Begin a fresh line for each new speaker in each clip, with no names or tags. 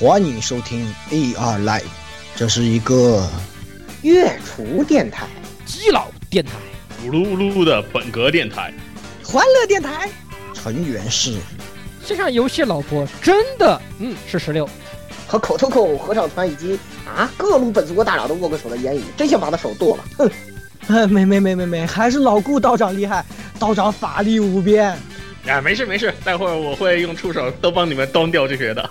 欢迎收听 AR Live，这是一个
月厨电台、
基佬电台、
咕噜咕噜的本格电台、
欢乐电台，
成员是
线上游戏老婆，真的，嗯，是十六，
和口头口合唱团以及啊各路本国大佬都握过手的言语，真想把他手剁了。哼，
呃， 没没没没没，还是老顾道长厉害，道长法力无边。
啊，没事没事，待会儿我会用触手都帮你们端掉这些的。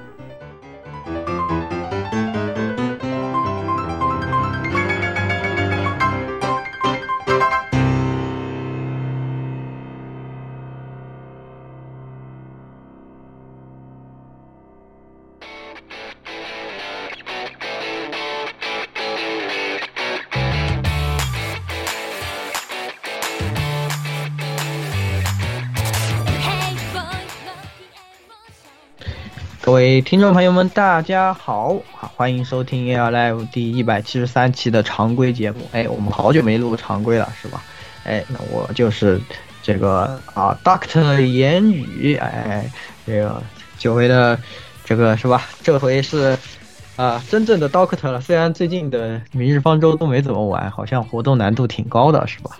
各位听众朋友们，大家好，啊欢迎收听 AR Live 第一百七十三期的常规节目。哎，我们好久没录常规了，是吧？哎，那我就是这个啊，Doctor 言语，哎，这个久违的，这个是吧？这回是啊，真正的 Doctor 了。虽然最近的明日方舟都没怎么玩，好像活动难度挺高的，是吧？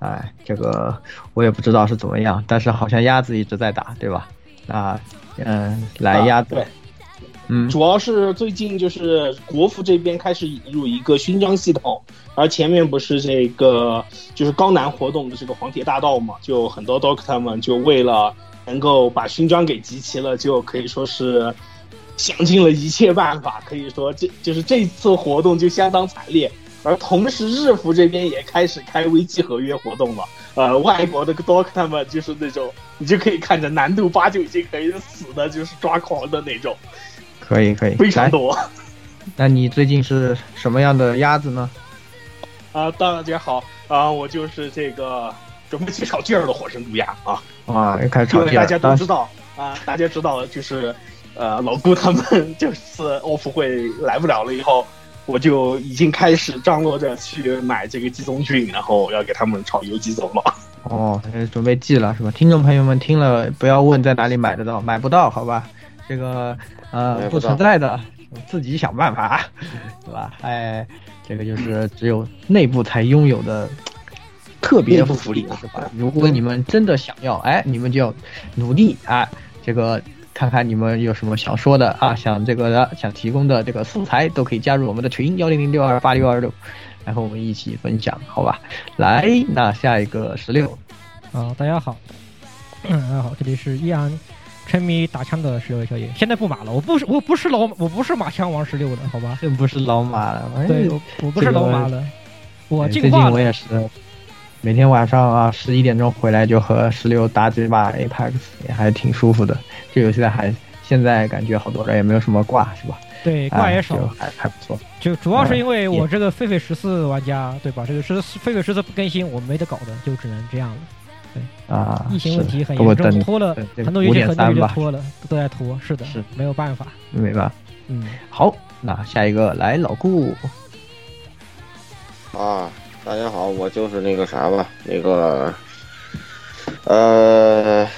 哎，这个我也不知道是怎么样，但是好像鸭子一直在打，对吧？啊，嗯，来鸭子，
啊对，
嗯，
主要是最近就是国服这边开始引入一个勋章系统，而前面不是这个就是高难活动的这个黄铁大道嘛，就很多 Doctor 们就为了能够把勋章给集齐了，就可以说是想尽了一切办法，可以说这就是这次活动就相当惨烈。而同时，日服这边也开始开危机合约活动了。呃，外国的 Doctor 们就是那种，你就可以看着难度八就已经可以死的，就是抓狂的那种。
可以可以，
非常
来。
多。
那你最近是什么样的鸭子呢？
啊，大家好啊，我就是这个准备去炒劲儿的火神毒鸦啊，
啊，又开始
因
吵
为
架
大
了。
家都
当
知道啊，大家知道就是呃，老顾他们 这次欧服会来不了了以后，我就已经开始张罗着去买这个鸡枞菌，然后要给他们炒油鸡枞了。
哦，呃准备寄了是吧？听众朋友们听了不要问在哪里买得到，买不到好吧？这个呃不存在的，自己想办 法，对吧？哎，这个就是只有内部才拥有的特别
内部
福利啊 是吧？如果你们真的想要，哎，你们就要努力啊，这个。看看你们有什么想说的啊，想这个的，想提供的这个素材都可以加入我们的群幺零零六二八六二六，然后我们一起分享，好吧？来，那下一个十六，
啊，大家好，嗯，大家好，这里是依然沉迷打枪的十六位小姐，现在不马了，我不是我不是老我不是马枪王十六的，好 吧？
并不是老马了。哎
对，我我不是老马了，我
哎
进
最
化
近我
了，
也是，每天晚上啊十一点钟回来就和十六打几把 Apex，也还挺舒服的。这游戏还现在感觉好多人也没有什么挂，是吧？
对，挂也少
哎就，还还不错。
就主要是因为
嗯
我
也
这个狒狒十四玩家，对吧？这个是狒狒十四不更新，我没得搞的，就只能这样了。
啊，
疫情问题
是
很
不过
严重，
等
拖了
等这
很多
个
游
五
戏，
点
很多游
三
戏
吧，
拖了，都在拖，是的，
是
没有办法，
明白。
嗯。
好，那下一个来老顾，
啊，大家好，我就是那个啥吧，那个，呃，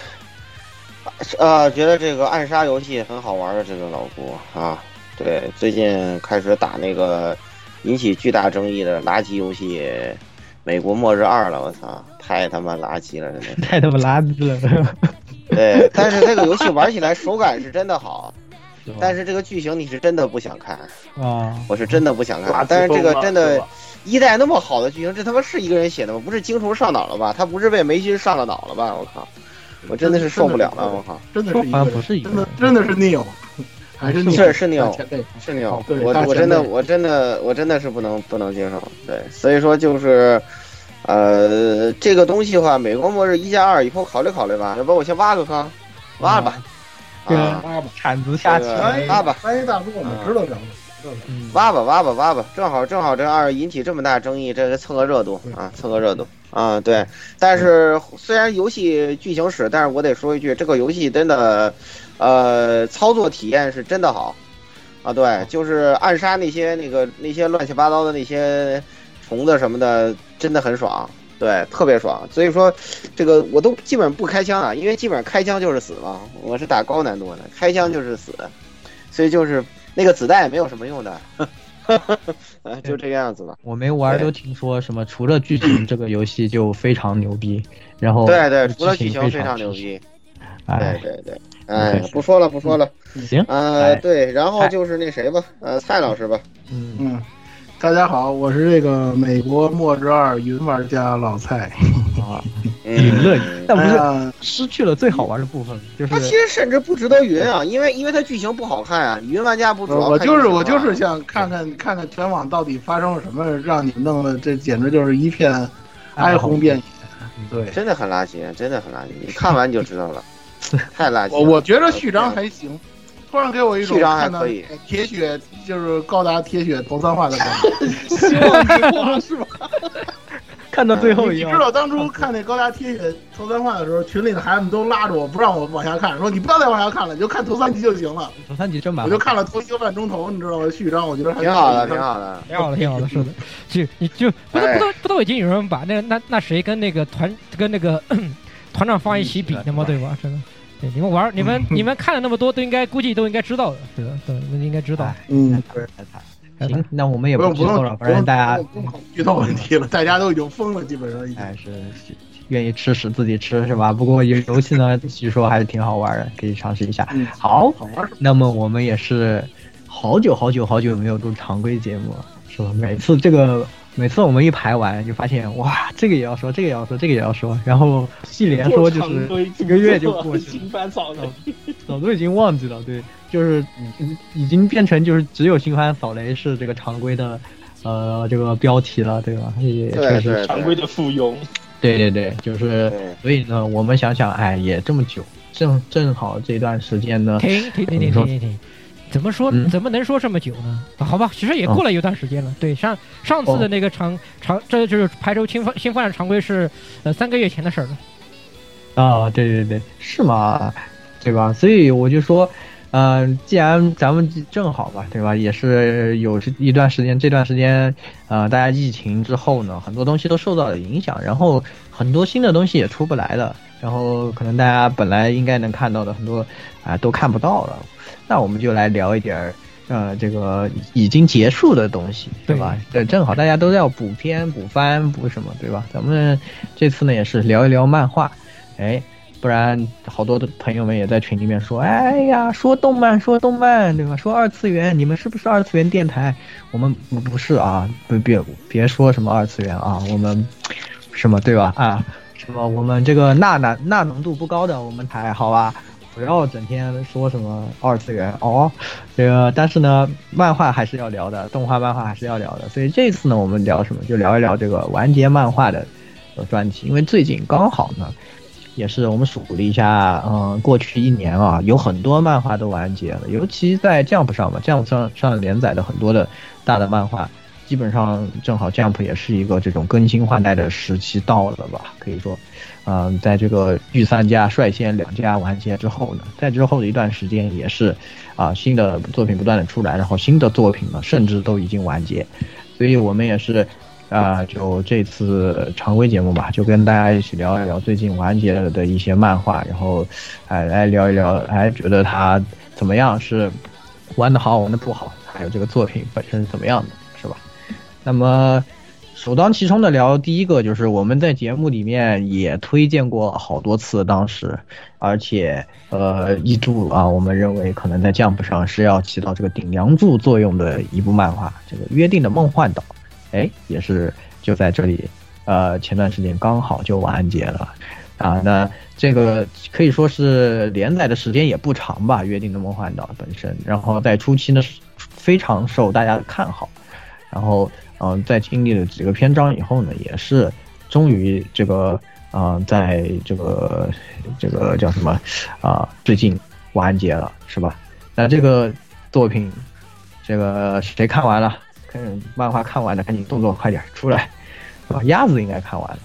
啊，觉得这个暗杀游戏很好玩的这个老顾啊，对，最近开始打那个引起巨大争议的垃圾游戏《美国末日二》了，我操，太他妈垃圾了，真的。
太他妈垃圾了。
对，但是这个游戏玩起来手感是真的好，
吧
但是这个剧情你是真的不想看，
啊，
我是真的不想
垃圾
看，但是这个
风嘛
真的
是。吧
一代那么好的剧情，这他妈是一个人写的吗？不是精虫上脑了吧？他不是被梅心上了脑了吧？我靠！我真的是受不了了，我靠！
真的是一
好像
个
不
人，
是一个
真的真的是 Neil，还是 Neil，
是是
大
Neil，
前辈，
是 Neil，
对
我
大前
我真的
辈
我真的我真的是不能不能接受。对，所以说就是，呃，这个东西的话，美国末日一加二以后考虑考虑吧。要不我先挖个坑，挖了吧。
对
啊，
妈吧，
铲子下棋啊
这个
翻译
哎
爸爸
翻译大陆，你知道什么？
嗯
嗯
挖吧挖吧挖吧，正好正好这二引起这么大争议，这个蹭个热度啊，蹭个热度啊，对。但是虽然游戏剧情史，但是我得说一句，这个游戏真的，呃，操作体验是真的好啊，对，就是暗杀那些那个那些乱七八糟的那些虫子什么的，真的很爽。对，特别爽，所以说，这个我都基本不开枪啊，因为基本上开枪就是死嘛。我是打高难度的，开枪就是死，所以就是那个子弹也没有什么用的，呃 就这个样子吧。
我没玩儿都听说什么，除了剧情，这个游戏就非常牛逼。然后
对对，除了
哦剧
剧情非
非
常牛逼。
哎
对对对，
没
哎
事，
不说了不说了。
行
呃，
哎
对，然后就是那谁吧，呃，蔡老师吧。
嗯，大家好，我是这个美国《末日二》云玩家老蔡。
啊，
娱
乐，但
哎
不
呀
是失去了最好玩的部分，就是
嗯他其实甚至不值得云啊，因为因为他剧情不好看啊，云玩家不主要
我我
看
就是
剧情
我就
啊
是想看看看看全网到底发生了什么，让你弄的这简直就是一片哀鸿遍野。
嗯
对，
真的很垃圾，真的很垃圾，你看完就知道了，太垃圾了。
我我觉得序章还行，突然给我一种
序章还
看到哎
可以
铁血就是高达铁血头三话的感觉。
看到最后一
你
样
知。道当初看那高达铁血头三话的时候，群里的孩子们都拉着我不让我往下看，说你不要再往下看了，你就看头三集就行了。
头三集真蛮
我
好
就看了头一个半钟头，你知道吗？序章我觉得还
挺好的， 挺好的。
挺好的，挺好的，是的，就你就不都不都不都已经有人把那那那谁跟那个团跟那个 团长放一
嗯
起比的吗？对吧？真的，对你们玩你们你们看了那么多，都应该估计都应该知道的，是的，对，应该知道。
哎
嗯，
行，那我们也
不
不
用
剧
不用
透了，反正大家
不用考虑剧透问题了，大家都已经疯了，基本上已经。
哎是愿意吃屎自己吃是吧？不过游游戏呢，据说还是挺好玩的，可以尝试一下。好，那么我们也是好久好久好久没有录常规节目了，是吧？每次这个每次我们一排完，就发现哇，这个也要说，这个也要说，这个也要说，然后一连说就是一个月就过去了，
新番扫的，
早都已经忘记了。对，就是已已经变成就是只有新番扫雷是这个常规的。呃，这个标题了，对吧？也确实
常规的附庸。
对对对，就是，所以呢，我们想想，哎，也这么久，正正好这段时间呢，
停停停停停停停，怎么说
嗯
怎么能说这么久呢？啊好吧，其实也过了一段时间了。对，上上次
哦
的那个常常，这就是排除新犯新犯的常规是呃三个月前的事儿了。
啊，对对对，是吗？对吧？所以我就说，呃，既然咱们正好吧，对吧？也是有这一段时间，这段时间，呃，大家疫情之后呢，很多东西都受到了影响，然后很多新的东西也出不来了，然后可能大家本来应该能看到的很多啊、都看不到了，那我们就来聊一点儿。呃，这个已经结束的东西，对吧？对，正好大家都要补片、补番、补什么，对吧？咱们这次呢也是聊一聊漫画，哎，不然好多的朋友们也在群里面说，哎呀，说动漫，说动漫，对吧？说二次元，你们是不是二次元电台？我们不不是啊，不别别说什么二次元啊，我们什么对吧？啊，什么我们这个钠难钠浓度不高的我们台，好吧？不要整天说什么二次元哦，这个但是呢，漫画还是要聊的，动画漫画还是要聊的，所以这次呢，我们聊什么？就聊一聊这个完结漫画的呃专题，因为最近刚好呢，也是我们数了一下，嗯，过去一年啊，有很多漫画都完结了，尤其在 Jump 上吧，Jump 上上连载的很多的大的漫画，基本上正好 Jump 也是一个这种更新换代的时期到了吧，可以说，嗯，在这个御三家率先两家完结之后呢，在之后的一段时间也是，啊，新的作品不断的出来，然后新的作品呢，甚至都已经完结，所以我们也是。啊、就这次常规节目吧，就跟大家一起聊一聊最近完结了的一些漫画，然后，哎、来聊一聊，哎，觉得它怎么样是玩的好，玩的不好，还有这个作品本身是怎么样的，是吧？那么首当其冲的聊第一个就是我们在节目里面也推荐过好多次，当时，而且呃一度啊，我们认为可能在 Jump 上是要起到这个顶梁柱作用的一部漫画，这个《约定的梦幻岛》，哎，也是就在这里，呃，前段时间刚好就完结了。啊，那这个可以说是连载的时间也不长吧，《约定的梦幻岛》本身，然后在初期呢是非常受大家的看好，然后嗯、呃在经历了几个篇章以后呢，也是终于这个啊、呃在这个这个叫什么啊、最近完结了，是吧？那这个作品这个谁看完了？看漫画看完了，赶紧动作快点出来。啊，鸭子应该看完了，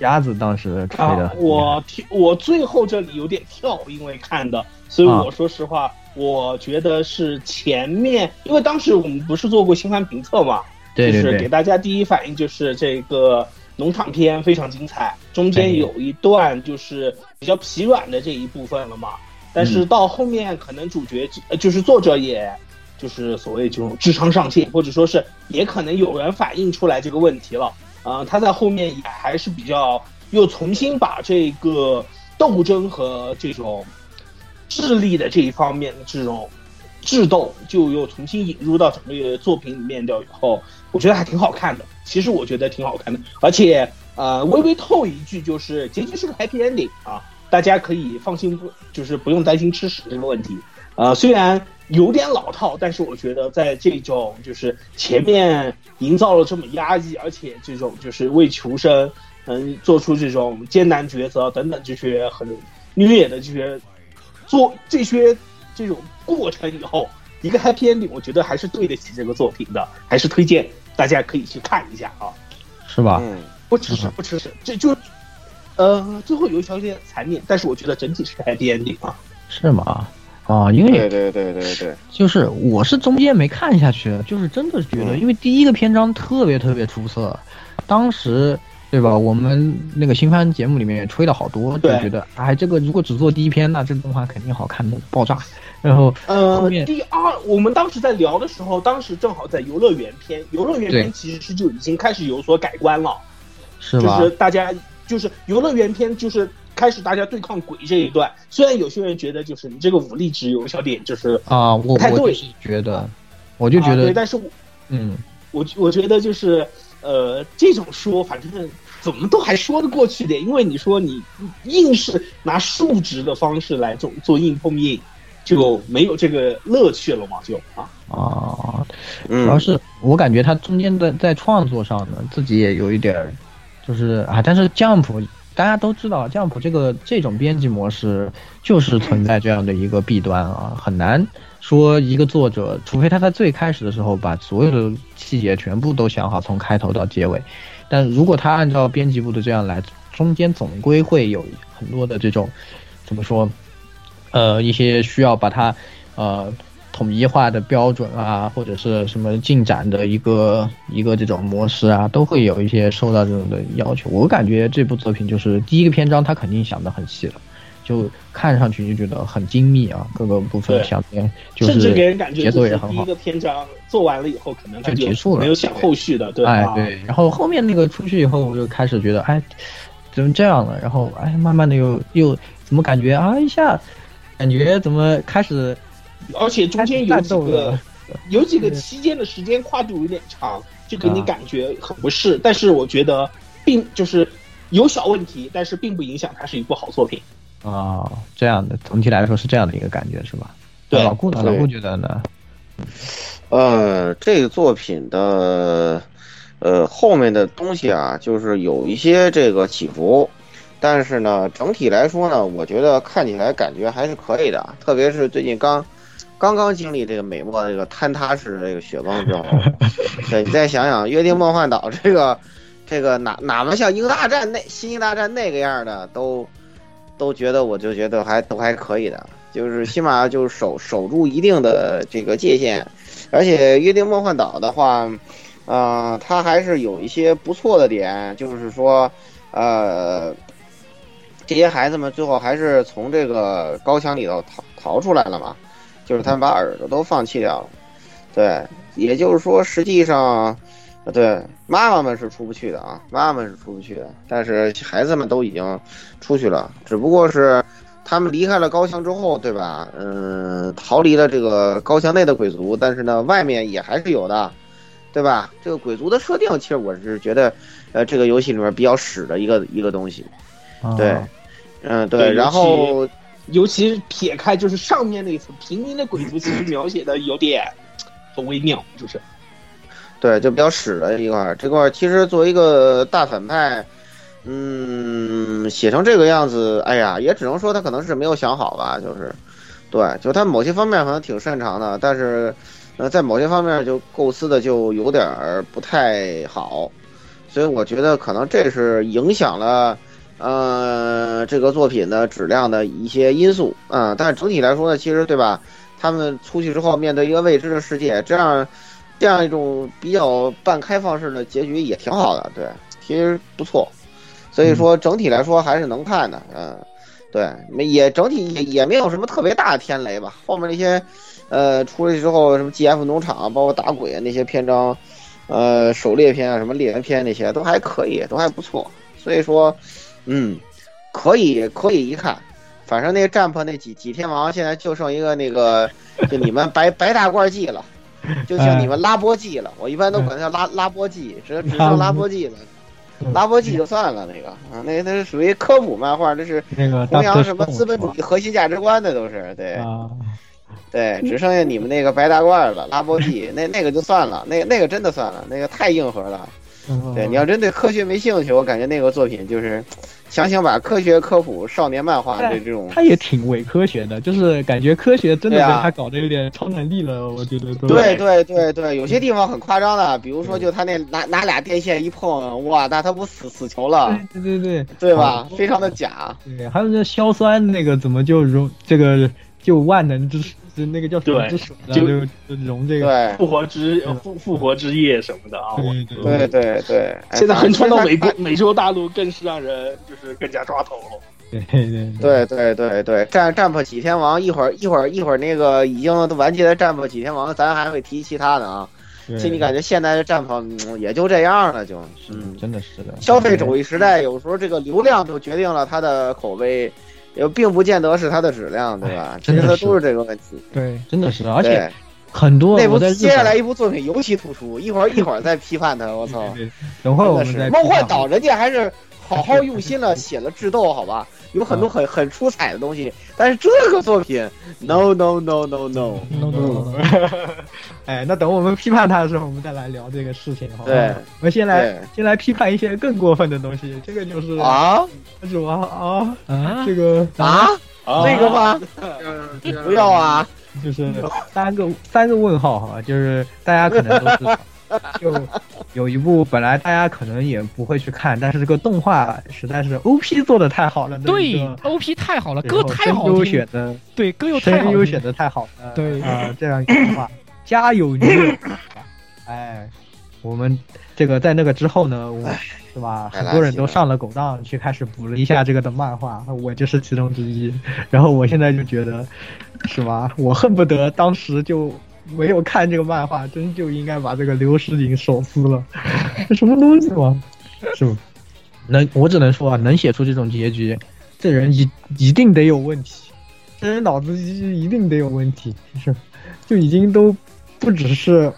鸭子当时吹的、
啊，我听我最后这里有点跳，因为看的，所以我
啊
说实话，我觉得是前面，因为当时我们不是做过新番评测嘛，
对对
就是
对
给大家第一反应就是这个农场篇非常精彩，中间有一段就是比较疲软的这一部分了嘛，但是
嗯
到后面可能主角呃就是作者也。就是所谓这种智商上限，或者说是也可能有人反映出来这个问题了。啊、他在后面也还是比较又重新把这个斗争和这种智力的这一方面的这种智斗，就又重新引入到整个作品里面掉以后，我觉得还挺好看的。其实我觉得挺好看的，而且呃，微微透一句就是结局是个 happy ending 啊，大家可以放心不，就是不用担心吃屎这个问题。呃，虽然有点老套，但是我觉得在这种就是前面营造了这么压抑，而且这种就是为求生，嗯，做出这种艰难抉择等等这些很虐的这些做这些这种过程以后，一个 happy ending，我觉得还是对得起这个作品的，还是推荐大家可以去看一下啊。
是吧？
嗯
不吃
嗯
屎，不吃屎，这就呃，最后有一小点残念，但是我觉得整体是个 happy ending 啊。
是吗？啊，因为
对对对对对，
就是我是中间没看下去，就是真的觉
嗯
得，因为第一个篇章特别特别出色，当时对吧？我们那个新番节目里面也吹了好多，就
对
觉得哎，这个如果只做第一篇，那这个动画肯定好看的爆炸。然后后
呃
面，
第二，我们当时在聊的时候，当时正好在游乐园篇，游乐园
对
篇其实就已经开始有所改观了，
是
就
吧？
是大家就是游乐园篇就是开始大家对抗鬼这一段，虽然有些人觉得就是你这个武力值有小点就是
啊，我
不太
我就
对，
是觉得，我就觉
啊
得
对，，但是我
嗯，
我我觉得就是呃，这种说反正怎么都还说得过去点，因为你说你硬是拿数值的方式来做做硬碰硬，就没有这个乐趣了嘛，就啊。
啊，
嗯
主要是我感觉他中间的在创作上呢，自己也有一点儿，就是啊，但是 Jump 大家都知道，Jump 这个这种编辑模式就是存在这样的一个弊端啊，很难说一个作者，除非他在最开始的时候把所有的细节全部都想好，从开头到结尾，但如果他按照编辑部的这样来，中间总归会有很多的这种怎么说，呃，一些需要把它呃统一化的标准啊，或者是什么进展的一个一个这种模式啊，都会有一些受到这种的要求。我感觉这部作品就是第一个篇章，他肯定想的很细了。就看上去就觉得很精密啊，各个部分
对
想的就
甚
是
至给人感觉
节
就
奏
是
也很
第
好
一。个篇章做完了以后，可能他
就结束了
没有想后续的，对
哎
啊，
对，然后后面那个出去以后，我就开始觉得，哎，怎么这样了？然后哎，慢慢的又又怎么感觉啊一下，感觉怎么开始
而且中间有
战
几
斗
个
了？
有几个期间的时间跨度有点长，就给你
啊
感觉很不适。但是我觉得并就是有小问题，但是并不影响它是一部好作品。
啊，这样的，总体来说是这样的一个感觉，是吧？
对
老顾呢？老
对
顾觉得呢？
呃，这个作品的呃后面的东西啊，就是有一些这个起伏，但是呢，整体来说呢，我觉得看起来感觉还是可以的，啊特别是最近刚刚刚经历这个美墨的这个坍塌式的这个雪崩之后，对你再想想《约定梦幻岛》这个这个哪哪们像《英大战》那《新英大战》那个样的都都觉得，我就觉得还都还可以的，就是起码就是守守住一定的这个界限，而且《约定梦幻岛》的话，呃，它还是有一些不错的点，就是说，呃，这些孩子们最后还是从这个高墙里头逃逃出来了嘛，就是他们把耳朵都放弃掉了，对，也就是说，实际上，呃对妈妈们是出不去的啊，妈妈们是出不去的，但是孩子们都已经出去了，只不过是他们离开了高墙之后，对吧？嗯，逃离了这个高墙内的鬼族，但是呢，外面也还是有的，对吧？这个鬼族的设定，其实我是觉得，呃，这个游戏里面比较屎的一个一个东西，
啊
对，嗯，对，然后
啊尤其尤其撇开就是上面那层平民的鬼族，其实描写的有点很微妙，就是
对，就比较屎的一块儿。这块儿其实作为一个大反派，嗯，写成这个样子，哎呀，也只能说他可能是没有想好吧，就是，对，就他某些方面好像挺擅长的，但是呃，在某些方面就构思的就有点儿不太好，所以我觉得可能这是影响了呃这个作品的质量的一些因素啊、但是整体来说呢，其实对吧？他们出去之后面对一个未知的世界，这样这样一种比较半开放式的结局也挺好的，对，其实不错。所以说整体来说还是能看的，嗯，对，没也整体也也没有什么特别大的天雷吧。后面那些，呃，出来之后什么 GF 农场，包括打鬼啊那些篇章，呃，狩猎篇啊，什么猎人篇那些都还可以，都还不错。所以说，嗯，可以可以一看。反正那个占 p 那几几天王现在就剩一个那个，就你们白白大褂季了，就像你们拉波季了。我一般都管它叫拉拉波季，只只
啊
剩拉波季了。
嗯
拉波季就算了，那个啊，那那是属于科普漫画，这是
那个大
弘扬
哥
什么
说
资本主义核心价值观的都是
啊
对，对，只剩下你们那个白大褂了，拉波季那那个就算了，那那个真的算了，那个太硬核了。
嗯
对，你要真对科学没兴趣，我感觉那个作品就是强行把科学科普少年漫画这这种
他也挺伪科学的，就是感觉科学真的被
对啊
他搞得有点超能力了，我觉得都。
对对对对，有些地方很夸张的，比如说就他那拿拿俩电线一碰，哇，那他不死死球了，
对对对，
对
啊
吧？非常的假。
对，还有那硝酸那个怎么就融这个就万能之之那个叫什么
对
之水了，
就
就就融这个。
复活之
嗯
复复活之夜什么的啊，我
对对对，哎
现在横穿到美国
反正
美洲大陆，更是让人就是更加抓头了。
对对
对对对对，战战破几天王，一会儿一会儿一会儿那个已经都完结的战破几天王，咱还会提其他的啊。
对
心里感觉现在的战破嗯也就这样了，就
嗯，真的是的。
消费主义时代，有时候这个流量就决定了它的口碑，也并不见得是它的质量，对吧？其
哎真
实
的
它
是
都是这个问题。
对，
真的是，而且
对
很多
那
我
部
在日
接下
本
来一部作品尤其突出，一会儿一会儿再批判他，我操！
等会儿
真
我
的
们
是
再
梦
批
幻
判
岛，人家还是好好用心了，写了智斗，好吧，有很多很很出彩的东西，但是这个作品，no no no no no，
嗯哎，那等我们批判他的时候，我们再来聊这个事情，好吧？
对
我们先来
对
先来批判一些更过分的东西，这个就是
啊，
什么啊
啊
这个
啊，
啊
这个吗？不要啊，
就是三个三个问号哈，就是大家可能都知道，就有一部本来大家可能也不会去看，但是这个动画实在是 OP 做的太好了，
对，OP 太好了，歌太好
优
听
选，的
对，歌又太
声
好
优
听，
选的太好了，
对
啊，这样一句话，家有女友，哎，我们这个在那个之后呢，我是吧，
太垃圾
很多人都上了狗当去开始补了一下这个的漫画， 我就是其中之一。然后我现在就觉得，是吧，我恨不得当时就。没有看这个漫画，真就应该把这个刘诗颖手撕了， 什么东西嘛，是吧？能，我只能说啊，能写出这种结局，这人一一定得有问题，这人脑子一一定得有问题，是，就已经都不只是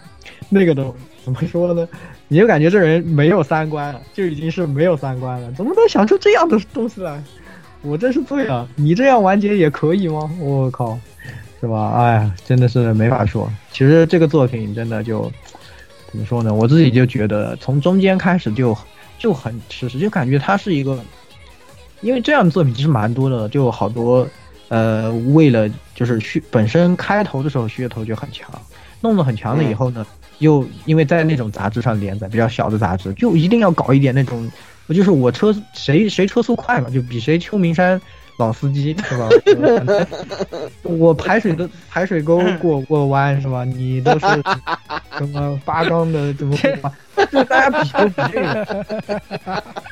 那个的，怎么说呢？你就感觉这人没有三观了，就已经是没有三观了，怎么能想出这样的东西来？我真是醉了，你这样完结也可以吗？我靠，是吧？哎呀，真的是没法说。其实这个作品真的就怎么说呢？我自己就觉得从中间开始就就很吃实，就感觉它是一个，因为这样的作品其实蛮多的，就好多呃，为了就是噱本身开头的时候噱头就很强，弄得很强了以后呢，又因为在那种杂志上连载，比较小的杂志，就一定要搞一点那种，就是我车谁谁车速快嘛，就比谁秋名山老司机是吧？我排水的排水沟过过弯是吧？你都是什么八缸的怎么过弯？就大家比都比这个，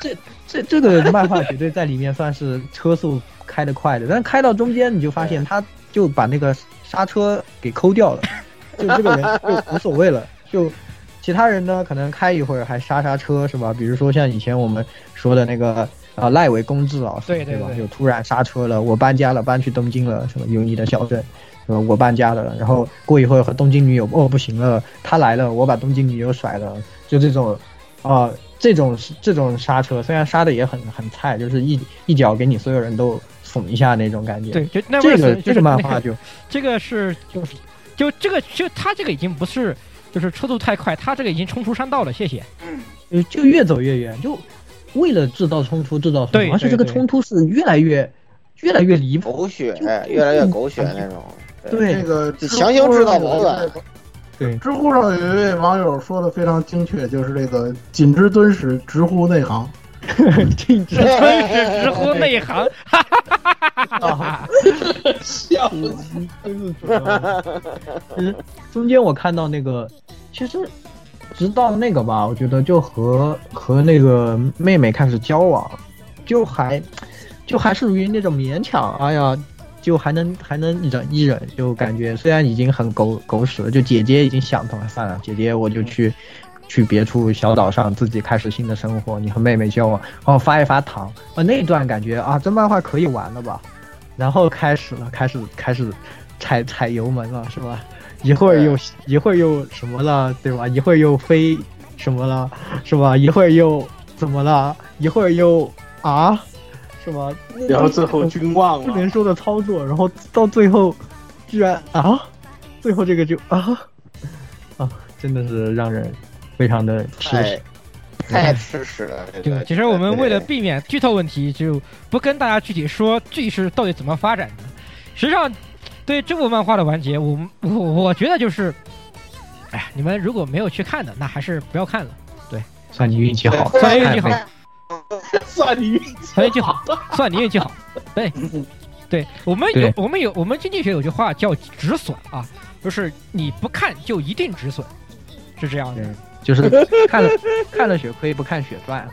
这这这个漫画绝对在里面算是车速开得快的，但开到中间你就发现他就把那个刹车给抠掉了，就这个人就无所谓了，就。其他人呢，可能开一会儿还刹刹车是吧？比如说像以前我们说的那个啊赖伟公志老师，
对对
吧？
对
就突然刹车了，我搬家了，搬去东京了，什么有你的小镇，什么我搬家了，然后过一会儿和东京女友哦不行了，他来了，我把东京女友甩了，就这种，啊、这种这种刹车虽然刹的也很很菜，就是一一脚给你所有人都耸一下那种感觉。
对，就那味
这
儿
个
是
这
是
个漫
那
画
个
就
这个是就是就这个就他这个已经不是就是车速太快，他这个已经冲出山道了，谢 谢。
呃，就越走越远，就为了制造冲突，制造冲
对
突，而且
对
这个
对
冲突是越来越越来越 离谱。
狗血，越来越狗血那种。
对
这个
强行制造矛盾。
对，
知乎上有一位网友说的非常精确，就是这个“谨知敦史，直呼内行”。
谨知敦史，直呼内行。
笑
嗯，中间我看到那个，其实直到那个吧，我觉得就和和那个妹妹开始交往，就还就还是属于那种勉强，哎呀，就还能还能忍一忍，就感觉虽然已经很狗狗屎了，就姐姐已经想通了，算了，姐姐我就去。去别处小岛上自己开始新的生活，你和妹妹交往，然后发一发糖，啊那段感觉啊这漫画可以玩了吧，然后开始了，开始开始踩踩油门了是吧？ 一会儿又一会儿又什么了对吧？一会儿又飞什么了是吧？一会儿又怎么了？一会儿又啊是吧？
然后最后军忘
不能说的操作，然后到最后居然啊，最后这个就啊啊真的是让人。非常的吃
屎，太吃屎了。这个
其实我们为了避免剧透问题，就不跟大家具体说剧是到底怎么发展的。实际上，对这部漫画的完结，我我我觉得就是，哎，你们如果没有去看的，那还是不要看了。对，
算你运气好，
算
哎
你运气好，
算你运气，
算运气好，算你运气好。对，对我们有我们有我们经济学有句话叫止损啊，就是你不看就一定止损，是这样的。
就是看了看了血亏不看血赚，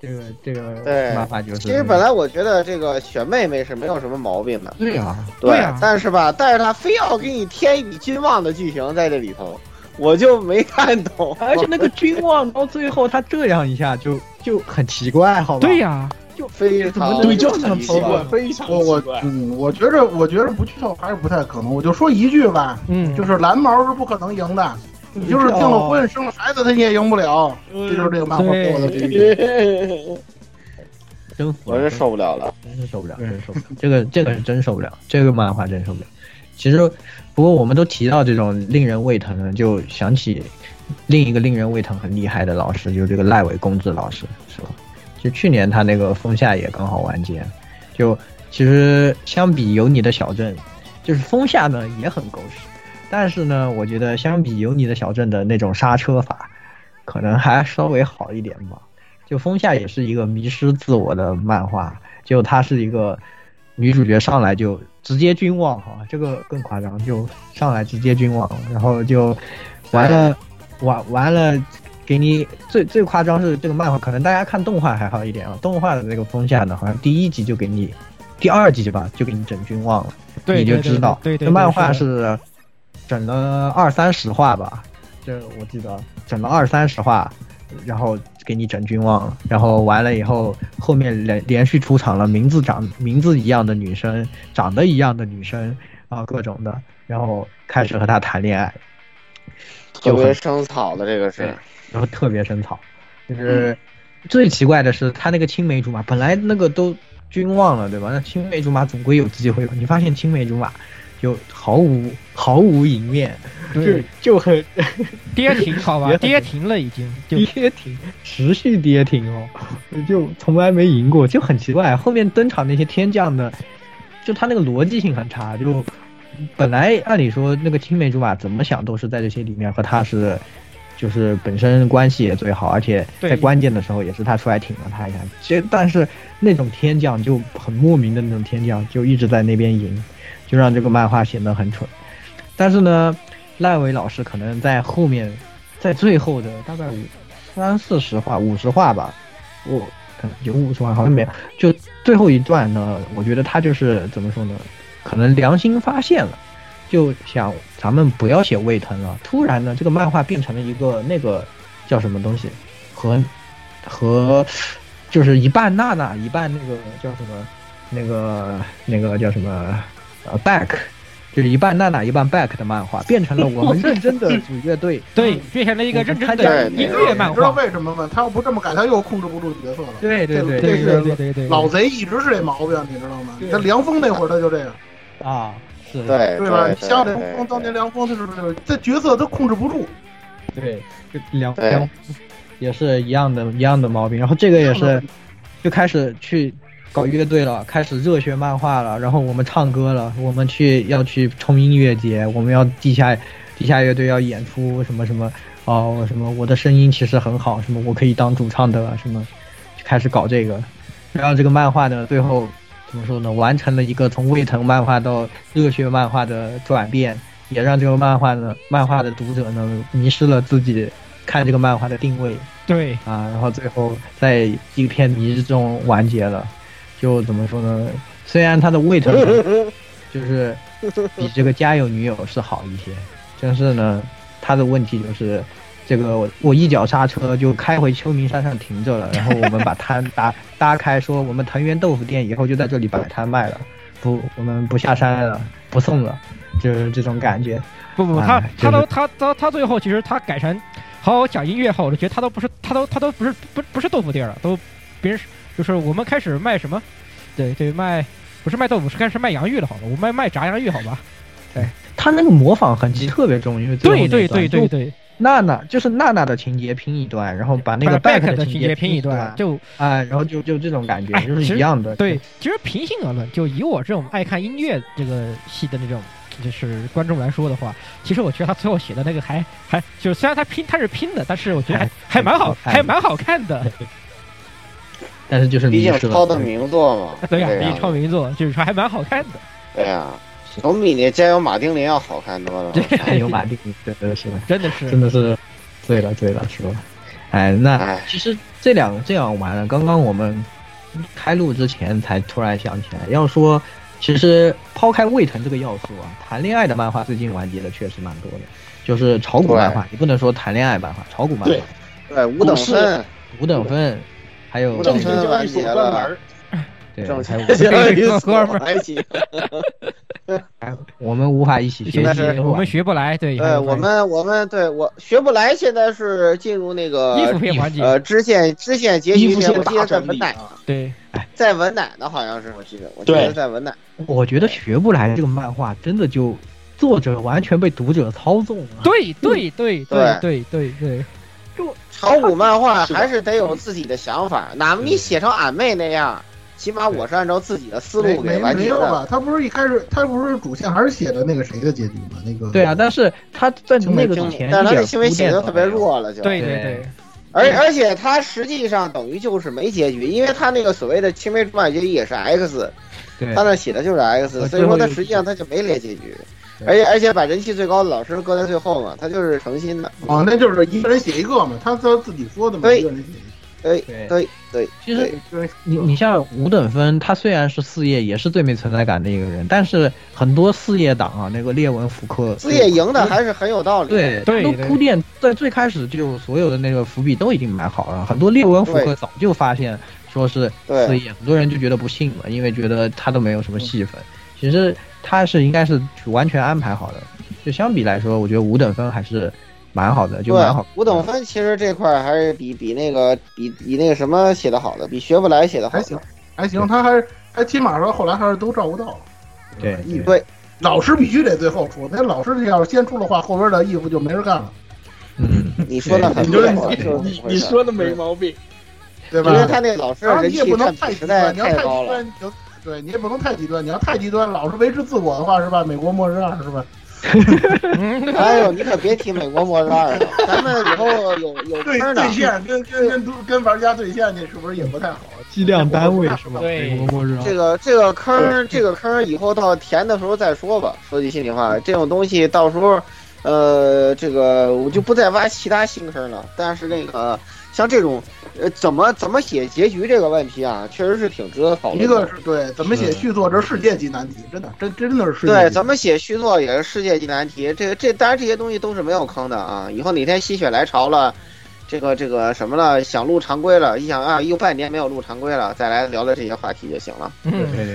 这个这个
对
办法就是。
其实本来我觉得这个雪妹妹是没有什么毛病的，
对啊，
对，
对啊、
但是吧，但是他非要给你添一笔君望的剧情在这里头，我就没看懂。
而且那个君望到最后他这样一下就就很奇怪，好吧？
对呀、啊，
就非常
对，就很奇怪，非常
我我嗯，我觉着我觉着不剧透还是不太可能，我就说一句吧，
嗯，
就是蓝毛是不可能赢的。你就是订了婚生了孩子，他你也赢不了。这就是这个漫画给我的这
个，真
我是受不了了，
真是受不了，真受不了。这个这个是真受不了，这个漫画真受不了。其实，不过我们都提到这种令人胃疼的，就想起另一个令人胃疼很厉害的老师，就是这个赖伟公子老师，是吧？就去年他那个《风夏》也刚好完结，就其实相比有你的小镇，就是《风夏》呢也很狗屎。但是呢，我觉得相比有你的小镇的那种刹车法，可能还稍微好一点吧。就《风下》也是一个迷失自我的漫画，就它是一个女主角上来就直接君望哈，这个更夸张，就上来直接君望，然后就完了，完完了，给你最最夸张是这个漫画，可能大家看动画还好一点啊，动画的那个《风下》呢，好像第一集就给你，第二集吧就给你整君望了，
对
对对你就知道，
对
这漫画是。整了二三十话吧，这我记得整了二三十话，然后给你整君望，然后完了以后，后面连连续出场了名字长名字一样的女生，长得一样的女生，啊各种的，然后开始和她谈恋爱，
特别生草的这个是，
然后特别生草，就是最奇怪的是他那个青梅竹马，本来那个都君望了对吧？那青梅竹马总归有机会，你发现青梅竹马。就毫无毫无赢面，就就很
跌停，好吧，跌停了已经，就
跌停，持续跌停哦，就从来没赢过，就很奇怪。后面登场那些天降的，就他那个逻辑性很差，就本来按理说那个青梅竹马怎么想都是在这些里面和他是，就是本身关系也最好，而且在关键的时候也是他出来挺了他一下。这但是那种天降就很莫名的那种天降，就一直在那边赢。就让这个漫画显得很蠢，但是呢，赖伟老师可能在后面，在最后的大概五三四十话、五十话吧，我可能有五十话好像没有，就最后一段呢，我觉得他就是怎么说呢，可能良心发现了，就想咱们不要写胃疼了。突然呢，这个漫画变成了一个那个叫什么东西，和和就是一半娜娜，一半那个叫什么，那个那个叫什么。呃，back 就是一半娜娜一半 back 的漫画，变成了我们认真的组乐队，
对，变成了一个认真的音乐漫画。
你知道为什么吗？他要不这么改，他又控制不住角色了。
对对对
对对对，
老贼一直是这毛病，你知道吗？他梁峰那会儿他就这样
啊，是
对
对吧？你像梁峰当年梁峰，他是不是这角色他控制不住？
对，梁梁也是一样的，一样的毛病。然后这个也是，就开始去。搞乐队了，开始热血漫画了，然后我们唱歌了，我们去要去冲音乐节，我们要地下地下乐队要演出什么什么哦什么我的声音其实很好，什么我可以当主唱的什么，就开始搞这个，然后这个漫画呢最后怎么说呢，完成了一个从胃疼漫画到热血漫画的转变，也让这个漫画呢漫画的读者呢迷失了自己看这个漫画的定位。
对
啊，然后最后在一片迷之中完结了，就怎么说呢？虽然他的胃疼，就是比这个家有女友是好一些，但是呢，他的问题就是这个我我一脚刹车就开回秋名山上停着了，然后我们把摊搭搭开，说我们藤原豆腐店以后就在这里摆摊卖了，不，我们不下山了，不送了，就是这种感觉。
不不，他
啊
他
就是
都他他他最后其实他改成好好讲音乐后，我就觉得他都不是他都他都不是不不是豆腐店了，都别人就是我们开始卖什么，对对卖不是卖豆腐，是开始卖洋芋了，好吧，我卖卖炸洋芋好吧，对
他那个模仿痕迹特别重，因为最后
嗯对
那
对
一
对
段
对。对，
娜娜就是娜娜的情节拼一段，然后把那个
把
back
back
的
的
情
情节拼
拼
一段
段，
就
啊、然后就就这种感觉，
哎
就是
其
一
实
样的。
对，其实平心而论，就以我这种爱看音乐这个系的那种就是观众来说的话，其实我觉得他最后写的那个还还就是虽然他拼他是拼的，但是我觉得还还蛮好，还蛮好看 的。
但是就是
毕
迷
竟
失了
抄的名 作嘛，
哎对呀、啊
对
比
呀、
超名作就是说还蛮好看的。
对呀、总比那《加油马丁林》要好看多了。
哎呦马丁，对对是的，
真的是
真的是醉了醉了是吧？哎，那其实这两这样完了，刚刚我们开录之前才突然想起来，要说其实抛开胃疼这个要素啊，谈恋爱的漫画最近完结的确实蛮多的，就是炒股漫画，你不能说谈恋爱漫画，炒股漫画
对，对，五等分，
五等分，还有
等
这
分
个
完结了。
对，
正
还有
关门儿
我们无法一 起学
现在
习
是，
我们学不来，对，还
对
有
我们，我们对我学不来，现在是进入那个
衣服片环节
呃，支线支线结局
衣服
篇，
线
我记得
大
在
整
文
理
奶，
对，
在文奶呢，好像是我记得，我记得
对
在文奶。
我觉得学不来这个漫画，真的就作者完全被读者操纵了。
对对对对对对对，
炒股漫画还是得有自己的想法，
嗯
哪怕你写成俺妹那样，起码我是按照自己的思
没
路给
没
完
没
结
有吧
的？。
他不是一开始，他不是主线还是写的那个谁的结局吗？那个
对啊，但是他在那个之
青梅
前
但
一
是他
点
的行为
铺
写
垫
的
都
特别弱了，就
对
对
对，
而而且他实际上等于就是没结局，因为他那个所谓的青梅竹马结局也是 X，
对
他那写的就是 X，
呃
所以说他
最后有
实际上他就没列结局，
对
而且而且把人气最高的老师搁在最后嘛，他就是诚心的。
哦，那就是一个人写一个嘛，他他自己说的嘛，一个人写一
对
对
对对，
其实
个。
你你像五等分，他虽然是四叶，也是最没存在感的一个人，但是很多四叶党啊，那个列文福克，
自己赢的还是很有道理
对
的。，
他都铺垫在最开始就所有的那个伏笔都已经埋好了，很多列文福克
对
早就发现说是
对
四叶，很多人就觉得不信了，因为觉得他都没有什么戏份。其实他是应该是完全安排好的，就相比来说，我觉得五等分还是蛮好的，就蛮好
对。，五等分其实这块儿还是比比那个比比那个什么写的好的，比学不来写的好的。还行，
还行，他还还起码说后来还是都照顾到了。
对
义
对，
老师必须得最后出，那老师要是先出的话，后边的义务就没人干了。
嗯
你说的很
你就，
对
是
我
你你
就是这么回
你
事儿
说的没毛病，
对
因为
吧？
他那老师
然后
人
你也
气
不能
占
太
比
极
实在
端，你要
太
太极
高了
端，。你就对你也不能太极端，你要太极端，老是维持自我的话是吧？美国末日二是吧？
哎呦，你可别提美国末日 二了，咱们以后有有
对
坑呢
对。线跟跟跟跟玩家对线，这是不是也不太好？
计量单位是吧？
对，
啊
啊
这个这个坑儿，这个坑儿以后到填的时候再说吧。说句心里话，这种东西到时候，呃，这个我就不再挖其他新坑了。但是那个像这种，呃，怎么怎么写结局这个问题啊，确实是挺值得讨论的。
一个是对怎么写续作，这是世界级难题，真的，真真的是世界级。
对，咱们写续作也是世界级难题。这个这当然这些东西都是没有坑的啊。以后哪天心血来潮了，这个这个什么了，想录常规了，一想啊，又半年没有录常规了，再来聊聊这些话题就行了。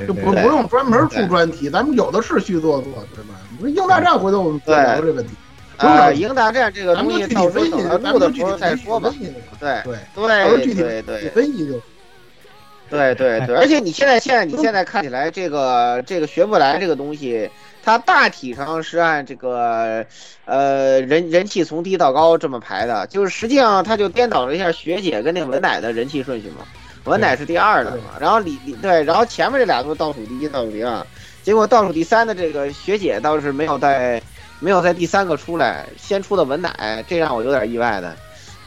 就不不用专门出专题，咱们有的是续作做，对吧？你说英大战回头我们再聊这问题。不用
啊，
着急
赢大战这个
咱
东
们
西
具体
到时候
分析，
等
咱
到录
们
的
具
时
体
候再
分析
说吧。
分析
对
对到时候具
对
体
对对
分析就。
对对对，而且你现在现在你现在看起来这个这个学不来这个东西，它大体上是按这个呃人人气从低到高这么排的，就是实际上它就颠倒了一下学姐跟那个文乃的人气顺序嘛，文乃是第二的嘛，然后李李对，然后前面这俩都是倒数第一、倒数第二，结果倒数第三的这个学姐倒是没有在没有在第三个出来，先出的文奶，这让我有点意外的。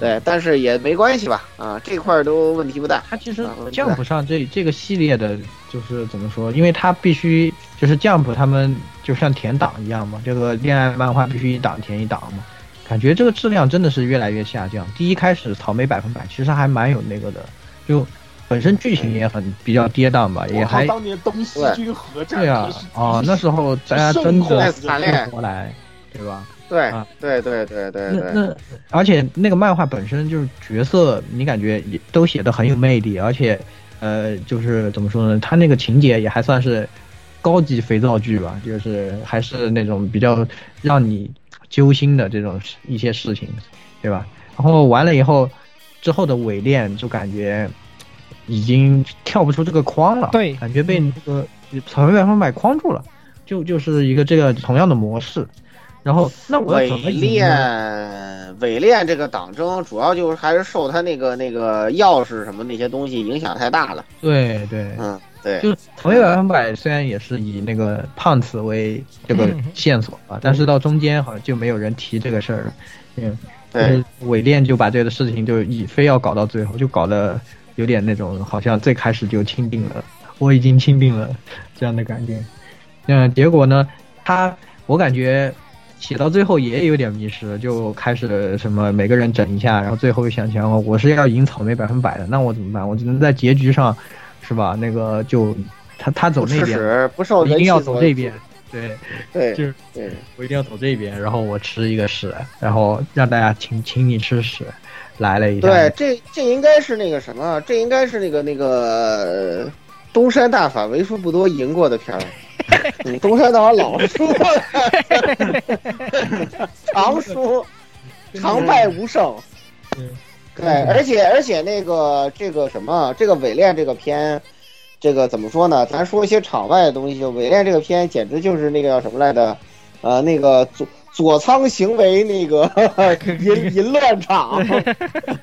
对，但是也没关系吧，啊，这块儿都问题不大。
他其实
降
Jump 上这这个系列的，就是怎么说？因为它必须就是 Jump 他们就像填档一样嘛，这个恋爱漫画必须一档填一档嘛，感觉这个质量真的是越来越下降。第一开始草莓百分百其实还蛮有那个的，就本身剧情也很比较跌宕吧，也
我靠
还
当年东西军合战，
对啊啊，那时候大家真的
谈恋爱
过来，对吧？
对对对对对
啊那
对
那，而且那个漫画本身就是角色，你感觉也都写的很有魅力，而且，呃，就是怎么说呢，他那个情节也还算是高级肥皂剧吧，就是还是那种比较让你揪心的这种一些事情，对吧？然后完了以后，之后的尾恋就感觉已经跳不出这个框了，
对，
感觉被那个草莓百分百框住了，就就是一个这个同样的模式。然后，那我要
伪
怎么赢呢
恋伪恋这个党争，主要就是还是受他那个那个钥匙什么那些东西影响太大了。
对对，
嗯，对，
哎就是同一百分百虽然也是以那个胖子为这个线索啊，但是到中间好像就没有人提这个事儿了。嗯，
对，
伪恋就把这个事情就以非要搞到最后，就搞得有点那种好像最开始就钦定了，我已经钦定了这样的感觉。嗯，结果呢，他我感觉写到最后也有点迷失，就开始什么每个人整一下，然后最后又想想哦，我是要赢草莓百分百的，那我怎么办？我只能在结局上，是吧？那个就他他走那
不吃
边
屎，不受
我一
人
定要
气
走
所
这边，对
对，
就是
对，
我一定要走这边，然后我吃一个屎，然后让大家请请你吃屎，来了一下，
对，这这应该是那个什么，这应该是那个那个呃东山大法为数不多赢过的片儿。嗯东山大法老输了，常输，常败无胜。对，而且而且那个这个什么，这个伪恋这个片，这个怎么说呢？咱说一些场外的东西，就伪恋这个片简直就是那个叫什么来的，呃，那个左左仓行为 那个淫淫乱场，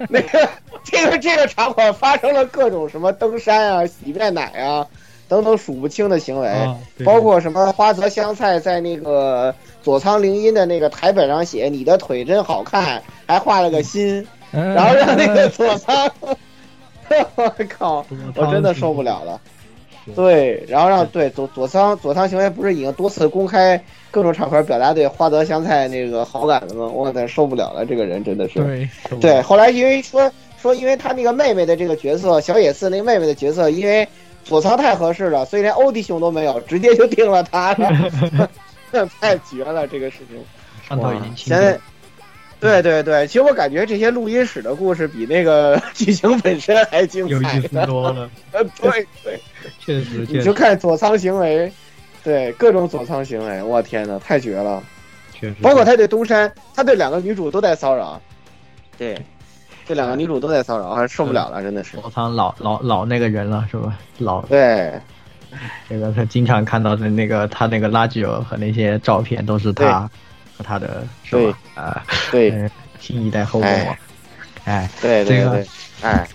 那个这个这个场馆发生了各种什么登山啊、洗面奶啊等等数不清的行为，
啊对
哎包括什么花泽香菜在那个左仓绫音的那个台本上写“你的腿真好看”，还画了个心。
嗯
然后让那
嗯
个佐仓， 我靠，我真的受不了了。对，然后让对佐佐仓佐仓行为不是已经多次公开各种场合表达对花泽香菜那个好感了吗？我操，受不了了，这个人真的是。
对
对，后来因为说说，因为他那个妹妹的这个角色，小野寺那个妹妹的角色，因为佐仓太合适了，所以连欧弟兄都没有，直接就定了他了， 太绝了这个事情。
上头已经清
现在，对对对，其实我感觉这些录音室的故事比那个 剧情本身还精
有
彩
意思多了，
呃， 对对，
确实
你
确
就
实
看佐仓行为，对各种佐仓行为，我天呐，太绝了！
确实，
包括他对东山，他对两个女主都在骚扰，对，这两个女主都在骚扰，还受不了了，真的是。
我操，老老老那个人了是吧？老
对，
这个他经常看到的那个他那个垃圾友和那些照片都是他和他的是吧？啊，
对
嗯，新一代后宫啊，哎，
对对
这个
对，哎，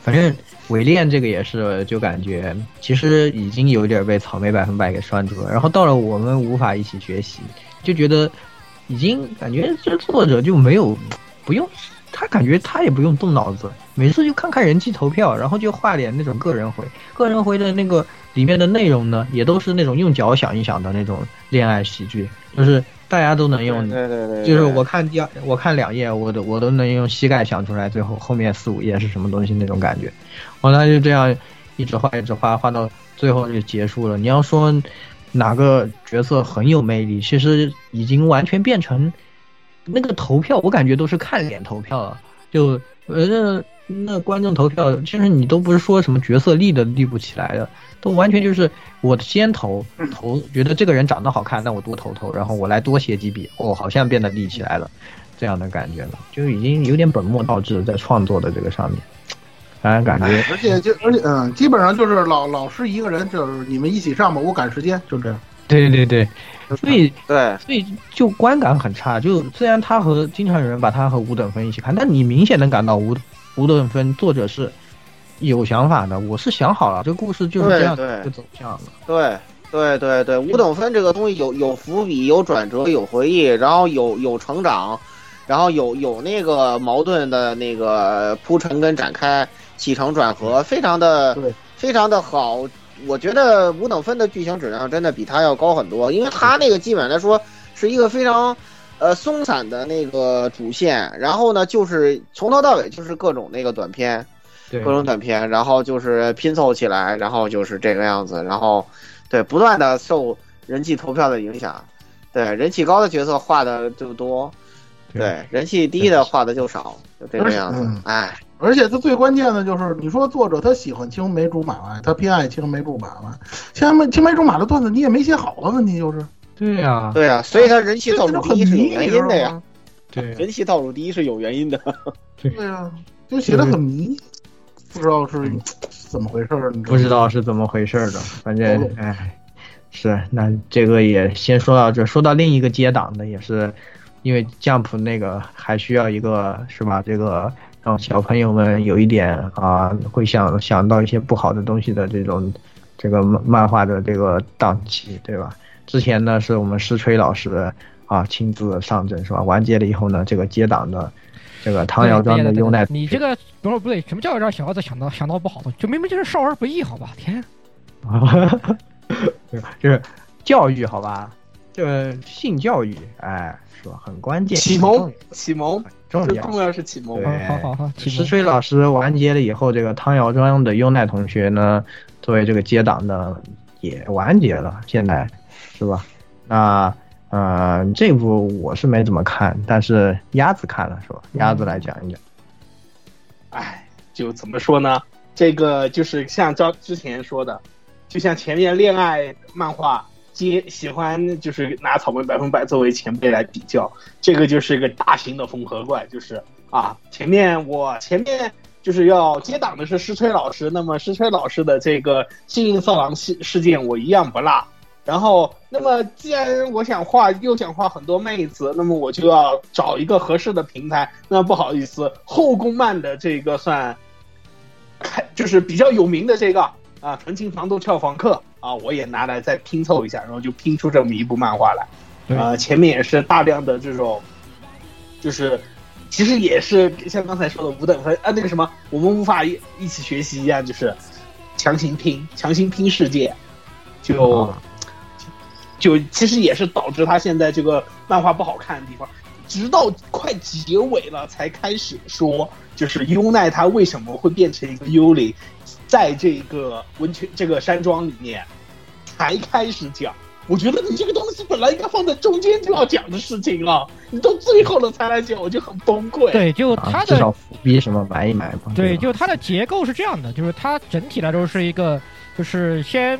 反正伪恋这个也是，就感觉其实已经有点被草莓百分百给拴住了。然后到了我们无法一起学习，就觉得已经感觉这作者就没有不用他感觉他也不用动脑子，每次就看看人气投票，然后就画点那种个人回， 个人回的那个里面的内容呢，也都是那种用脚想一想的那种恋爱喜剧，就是大家都能用
对对对，
就是我看第二，我看两页，我都我都能用膝盖想出来，最后后面四五页是什么东西那种感觉。完了就这样一直画，一直画，画到最后就结束了。你要说哪个角色很有魅力，其实已经完全变成那个投票，我感觉都是看脸投票了。就呃那那观众投票，其实你都不是说什么角色立都立不起来的，都完全就是我先投投，觉得这个人长得好看，那我多投投，然后我来多写几笔，哦，好像变得立起来了，这样的感觉了，就已经有点本末倒置在创作的这个上面，反正感觉
而且就而且嗯，基本上就是老老师一个人，就是你们一起上吧，我赶时间，就这样。
对对对，所以
对，
所以就观感很差。就虽然他和经常有人把他和五等分一起看，但你明显能感到五五等分作者是有想法的，我是想好了，这个故事就是这样
对对
的一个走向了。
对对对对，五等分这个东西有有伏笔，有转折，有回忆，然后有有成长，然后有有那个矛盾的那个铺陈跟展开，起承转合，非常的非常的好。我觉得五等分的剧情质量真的比它要高很多，因为它那个基本来说是一个非常呃松散的那个主线，然后呢就是从头到尾就是各种那个短片，
对
各种短片，然后就是拼凑起来，然后就是这个样子，然后对不断的受人气投票的影响，对人气高的角色画的就多，对人气低的画的就少，就这个样子
嗯，
哎。
而且他最关键的就是，你说作者他喜欢青梅竹马吧，他偏爱青梅竹马吧，青梅青梅竹马的段子你也没写好啊，问题就是，
对啊呀、
对呀、所以他人气倒数第一是有原因
这个很迷你知
的
道
呀
吗。
对，
人气倒数第一是有原因的。
对
对呀、啊就写的很迷，不知道是怎么回事儿，你
不知道是怎么回事儿的，反正哎，是那这个也先说到这，说到另一个接档的也是，因为 Jump 那个还需要一个是吧？这个让小朋友们有一点啊，会想想到一些不好的东西的这种这个漫漫画的这个档期，对吧？之前呢是我们石锤老师啊亲自上阵是吧？完结了以后呢，这个接档的这个唐
对
瑶庄的
对
优奈
你这个不是不对，什么叫让小孩子想到想到不好的？就明明就是少儿不宜，好吧？天，
就是教育，好吧？就是性教育，哎，是吧？很关键。
启蒙，启蒙，
重要
最重要是启蒙。
对好好
好，启
石锤老师完结了以后，这个汤瑶庄的优奈同学呢，作为这个接档的也完结了，现在是吧？那呃，这部我是没怎么看，但是鸭子看了是吧？鸭子来讲一讲。
哎就怎么说呢？这个就是像照之前说的，就像前面恋爱漫画接喜欢就是拿草莓百分百作为前辈来比较，这个就是一个大型的缝合怪，就是啊，前面我前面就是要接档的是石锤老师，那么石锤老师的这个幸运色狼事事件我一样不落。然后，那么既然我想画，又想画很多妹子，那么我就要找一个合适的平台。那不好意思，后宫漫的这个算就是比较有名的这个啊，《纯情房东俏房客》啊，我也拿来再拼凑一下，然后就拼出这么一部漫画来。呃，前面也是大量的这种，就是其实也是像刚才说的五等分啊，那个什么，我们无法一一起学习一样，就是强行拼，强行拼世界，就、就其实也是导致他现在这个漫画不好看的地方。直到快结尾了，才开始说，就是优奈他为什么会变成一个幽灵，在这个温泉这个山庄里面，才开始讲。我觉得你这个东西本来应该放在中间就要讲的事情啊，你到最后了才来讲，我就很崩溃。
对，就他
啊、至少
的
伏笔什么埋一埋吧。
对，
吧
就它的结构是这样的，就是它整体来说是一个，就是先，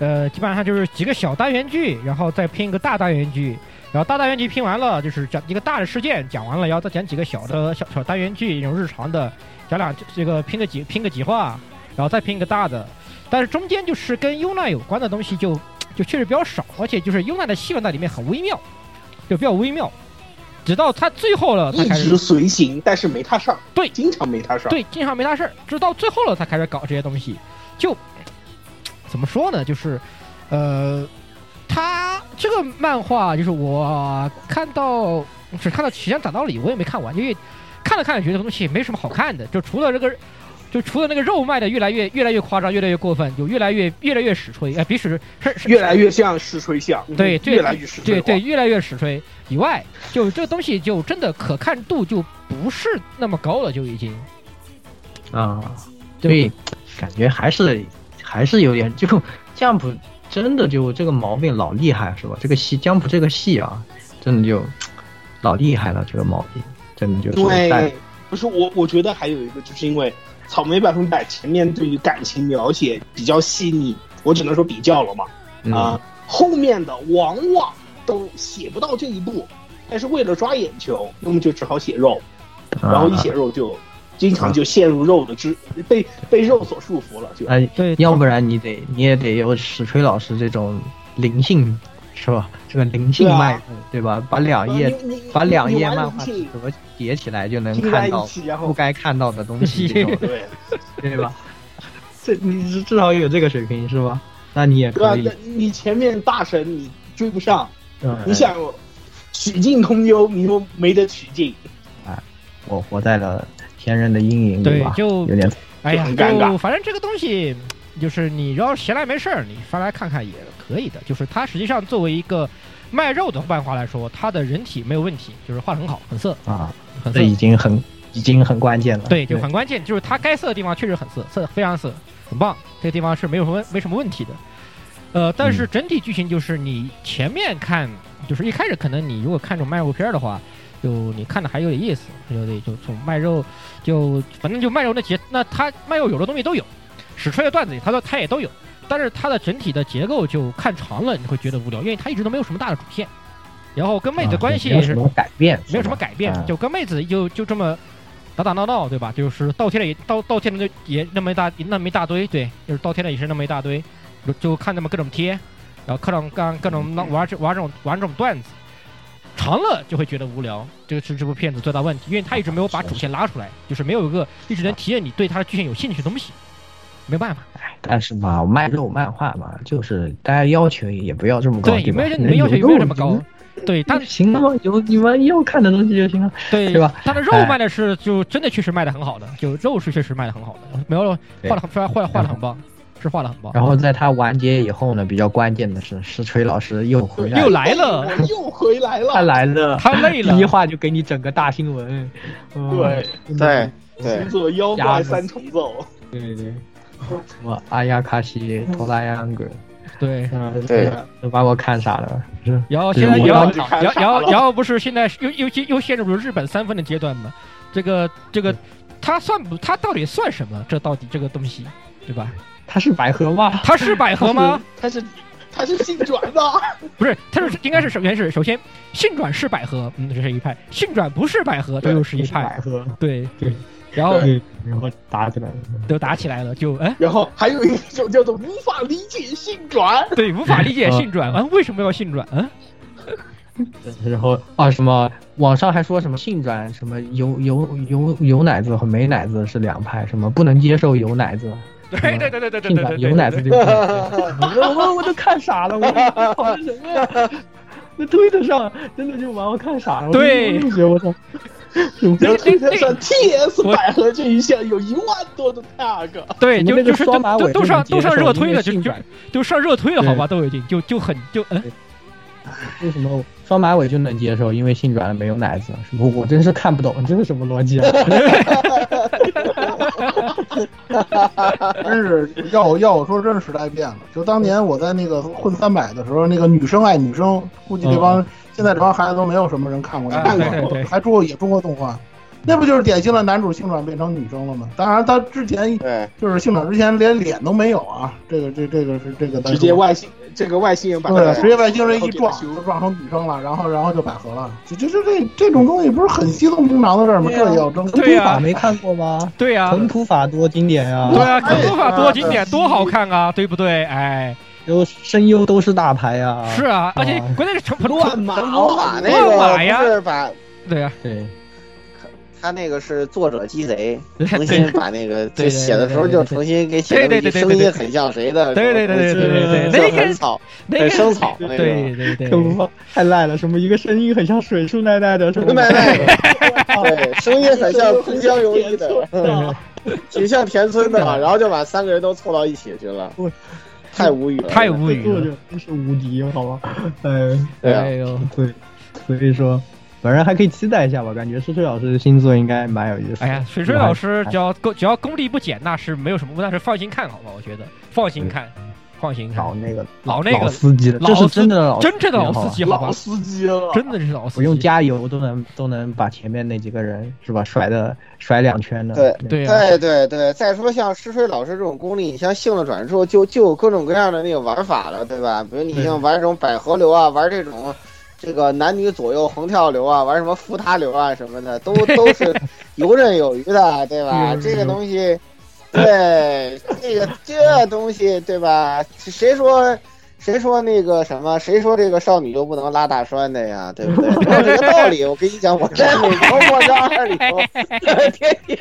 呃，基本上就是几个小单元剧，然后再拼一个大单元剧，然后大单元剧拼完了，就是讲一个大的事件讲完了，然后再讲几个小的小小单元剧，那种日常的，讲两这个拼个几拼个几话，然后再拼一个大的，但是中间就是跟优奈有关的东西就就确实比较少，而且就是优奈的戏份在里面很微妙，就比较微妙，直到他最后了，他
一
开始
直随行，但是没他事儿。
对，
经常没他事儿。
对，经常没大事儿，直到最后了才开始搞这些东西。就怎么说呢？就是，呃，他这个漫画就是我看到只看到《奇山打道理》，我也没看完，因为看了看了觉得这个东西没什么好看的，就除了这个。就除了那个肉卖的越来越越来越夸张，越来越过分，就越来越越来越实锤，哎、比实是是
越来越像实锤像，
对，对
越来越实锤
对
化
对，越来越实锤以外，就这个东西就真的可看度就不是那么高了，就已经。
啊，所以感觉还是还是有点，就 Jump 真的就这个毛病老厉害是吧？这个戏 Jump 这个戏啊，真的就老厉害了，这个毛病真的就是带
对，不是我，我觉得还有一个，就是因为草莓百分百前面对于感情描写比较细腻，我只能说比较了嘛，
嗯
啊、后面的往往都写不到这一步，但是为了抓眼球，那么就只好写肉，
嗯啊
然后一写肉就经常就陷入肉的之被被肉所束缚了，就
哎，要不然你得你也得有史吹老师这种灵性是吧？这个灵性
对啊
脉络对吧？把两页
呃你你
把两
你
页
玩
漫
灵
画
性
折叠起来就能
拼在
看
一
到
起然后
不该看到的东西，这种
对
对吧？这你至至少有这个水平是吧？那你也
对啊吧
可？以
那，你前面大神你追不上，
嗯
你想曲径通幽，你又没得取径，
我活在了前任的阴影里
对
嗯吧，
就
有点
哎呀，
就很尴尬
就反正这个东西，就是你要闲来没事儿，你翻来看看也可以的。就是它实际上作为一个卖肉的漫画来说，它的人体没有问题，就是画得很好，很色。
啊，
很色
这已经很已经很关键了。
嗯对，就很关键，就是它该色的地方确实很色，色非常色，很棒，这个地方是没有什么没什么问题的。呃，但是整体剧情就是你前面看，就是一开始可能你如果看这种卖肉片儿的话，就你看的还有点意思，有点就从卖肉，就反正就卖肉那节，那它卖肉有的东西都有，史吹的段子里它都它也都有，但是它的整体的结构就看长了你会觉得无聊，因为它一直都没有什么大的主线，然后跟妹子的关系
啊
也
也没有
是
什么改变，
没有什
是
么
吧
改变，
嗯
就跟妹子就就这么打打闹闹，对吧？就是道歉了也道道歉了就也那么一大那么一大堆，对，就是道歉了也是那么一大堆，就就看他们各种贴，然后各种干各种闹
嗯
玩这玩这种玩这种段子，长了就会觉得无聊，这个是这部片子最大问题，因为他一直没有把主线拉出来，就是没有一个一直能体现你对他的剧情有兴趣的东西，没办法，
但是嘛，卖肉漫画嘛，就是大家要求也不要这么高，
对，
吧？
没有你们要求也没有这么高
肉，
对， 但
行了吗？有你们要看的东西就行了，
对
对吧？
它的肉
哎
卖的是就真的确实卖的很好的，就肉是确实卖的很好的，没有
对
画的很画画画的很棒，是画的很棒。
然后在他完结以后呢，比较关键的是，石锤老师又回来
又来了，
我又回来了。
他来了，
他累了
第一话就给你整个大新闻，嗯
对，
对对
行，走妖怪三重奏，
对对，什么阿亚卡西、托拉扬格，
对，
嗯，
对，
都把我看傻了。是
然后
就
现
是
在
我
然后
当
看
然后
傻
然后
了
然后不是现在又又又陷入了日本三分的阶段吗？这个这个，它算不？它到底算什么？这到底这个东西，对吧？
他是百合吗？
它是百合吗？
他是他是性转的，
不是，它是应该是首先是首先性转是百合，嗯，这是一派；性转不是百合，这又是一派
百。合，
对对，然后
对，然后打起来了。
都打起来了，就哎。
然后还有一种叫做无法理解性转，
对，无法理解性转，嗯，为什么要性转？嗯，
然后啊什么，网上还说什么性转，什么有有有有奶子和没奶子是两派，什么不能接受有奶子，
对
嗯
对对对对对
性
对
转
对，
有奶子
对
就不行。 我我我都看傻了，我我讨论什么呀？ 那推特上真的就把我看傻了。我
对
我就觉得 我操，
然后推特上 TS 百合这一项有一万多的 tag，
对，
你们
就
那个
就是
双
都
马
都
尾
都
不
上
能
都
接
上
受
热
因
推
为
了，就
性
就
转
就上热推了，好吧，都已经就就很就嗯，
为什么双马尾就能接受？因为性转了没有奶子，什么我真是看不懂，这是什么逻辑啊？
真是 要要我说，真是时代变了。就当年我在那个混三百的时候，那个女生爱女生，估计这帮、
嗯
现在这帮孩子都没有什么人看过
哎
那
啊
动
对
画，
对对
还中也中国动画，那不就是典型的男主性转变成女生了吗？当然，他之前
对
就是性转之前连脸都没有啊，这个这这个是这个咱
直接外星这个外星人把他
对，直接外星人一
然后给
撞
他
就
修
撞成女生了，然后然后就百合了，这这这这这种东西不是很稀松平常的事儿吗？
啊
这也要争
对呀
法没看过吗？
对呀，
腾土法多经典啊！
对啊，可不法多
啊
经典多好看啊，对不对？哎，
然后声优都是大牌啊。
是啊，而且关键是成
乱
乱
码
陈宝马那
乱码呀
个不是把
对啊呀，
对，
他那个是作者 鸡贼，
对
重
对
新把那
对
个
对对
就写的时候就重新给写
对
成
对
一
对对
声
对对
音很像谁的，
对对对对对对对对
就很草，
那
很
个
生草那个。
对对对
可不嘛，太烂了，什么一个声音很像水树奈奈的，什么
卖卖的，对，声音很像 藤江游一的，挺像田村的，然后就把三个人都凑到一起去了
我，
太无语了，
太无
这
语
作
了，
者真是无敌，好吧？嗯，
对啊
哎呦，
对，所以说，反正还可以期待一下吧，感觉石锤老师的新作应该蛮有意思。
哎呀，水水老
啊
师只要够只要功力不减，那是没有什么，那是放心看好吧？我觉得放心看，放心看
老，那个
老那个
老司机了，
老
这是
司
真的老
真正的老
好吧
司机，好吧
老？司机了，
真的是老司
不用
机，
加油都能都能把前面那几个人是吧甩的甩两圈的。
对
对啊呀，
对对对，再说像石锤老师这种功力，你像性了转之后，就就有各种各样的那个玩法了，对吧？比如你像玩这种百合流啊，玩这种这个男女左右横跳流啊，玩什么扶他流啊什么的，都都是游刃有余的，对吧？这个东西，对这个这东西，对吧？谁说？谁说那个什么？谁说这个少女就不能拉大栓的呀？对不对？没有这个道理，我跟你讲，我在美国莫扎尔里头，天天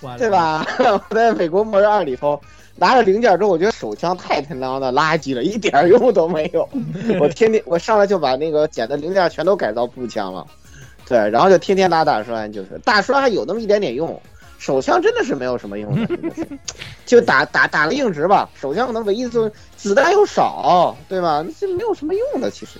完了
对吧？ 我在美国末日二里头拿着零件之后，我觉得手枪太他娘的垃圾了，一点儿用都没 有。我天天我上来就把那个捡的零件全都改造步枪了，对，然后就天天打打栓，就是打栓还有那么一点点用，手枪真的是没有什么用 的，真的是就打打打个硬直吧，手枪可能唯一就子弹又少，对吧？这没有什么用的，其实。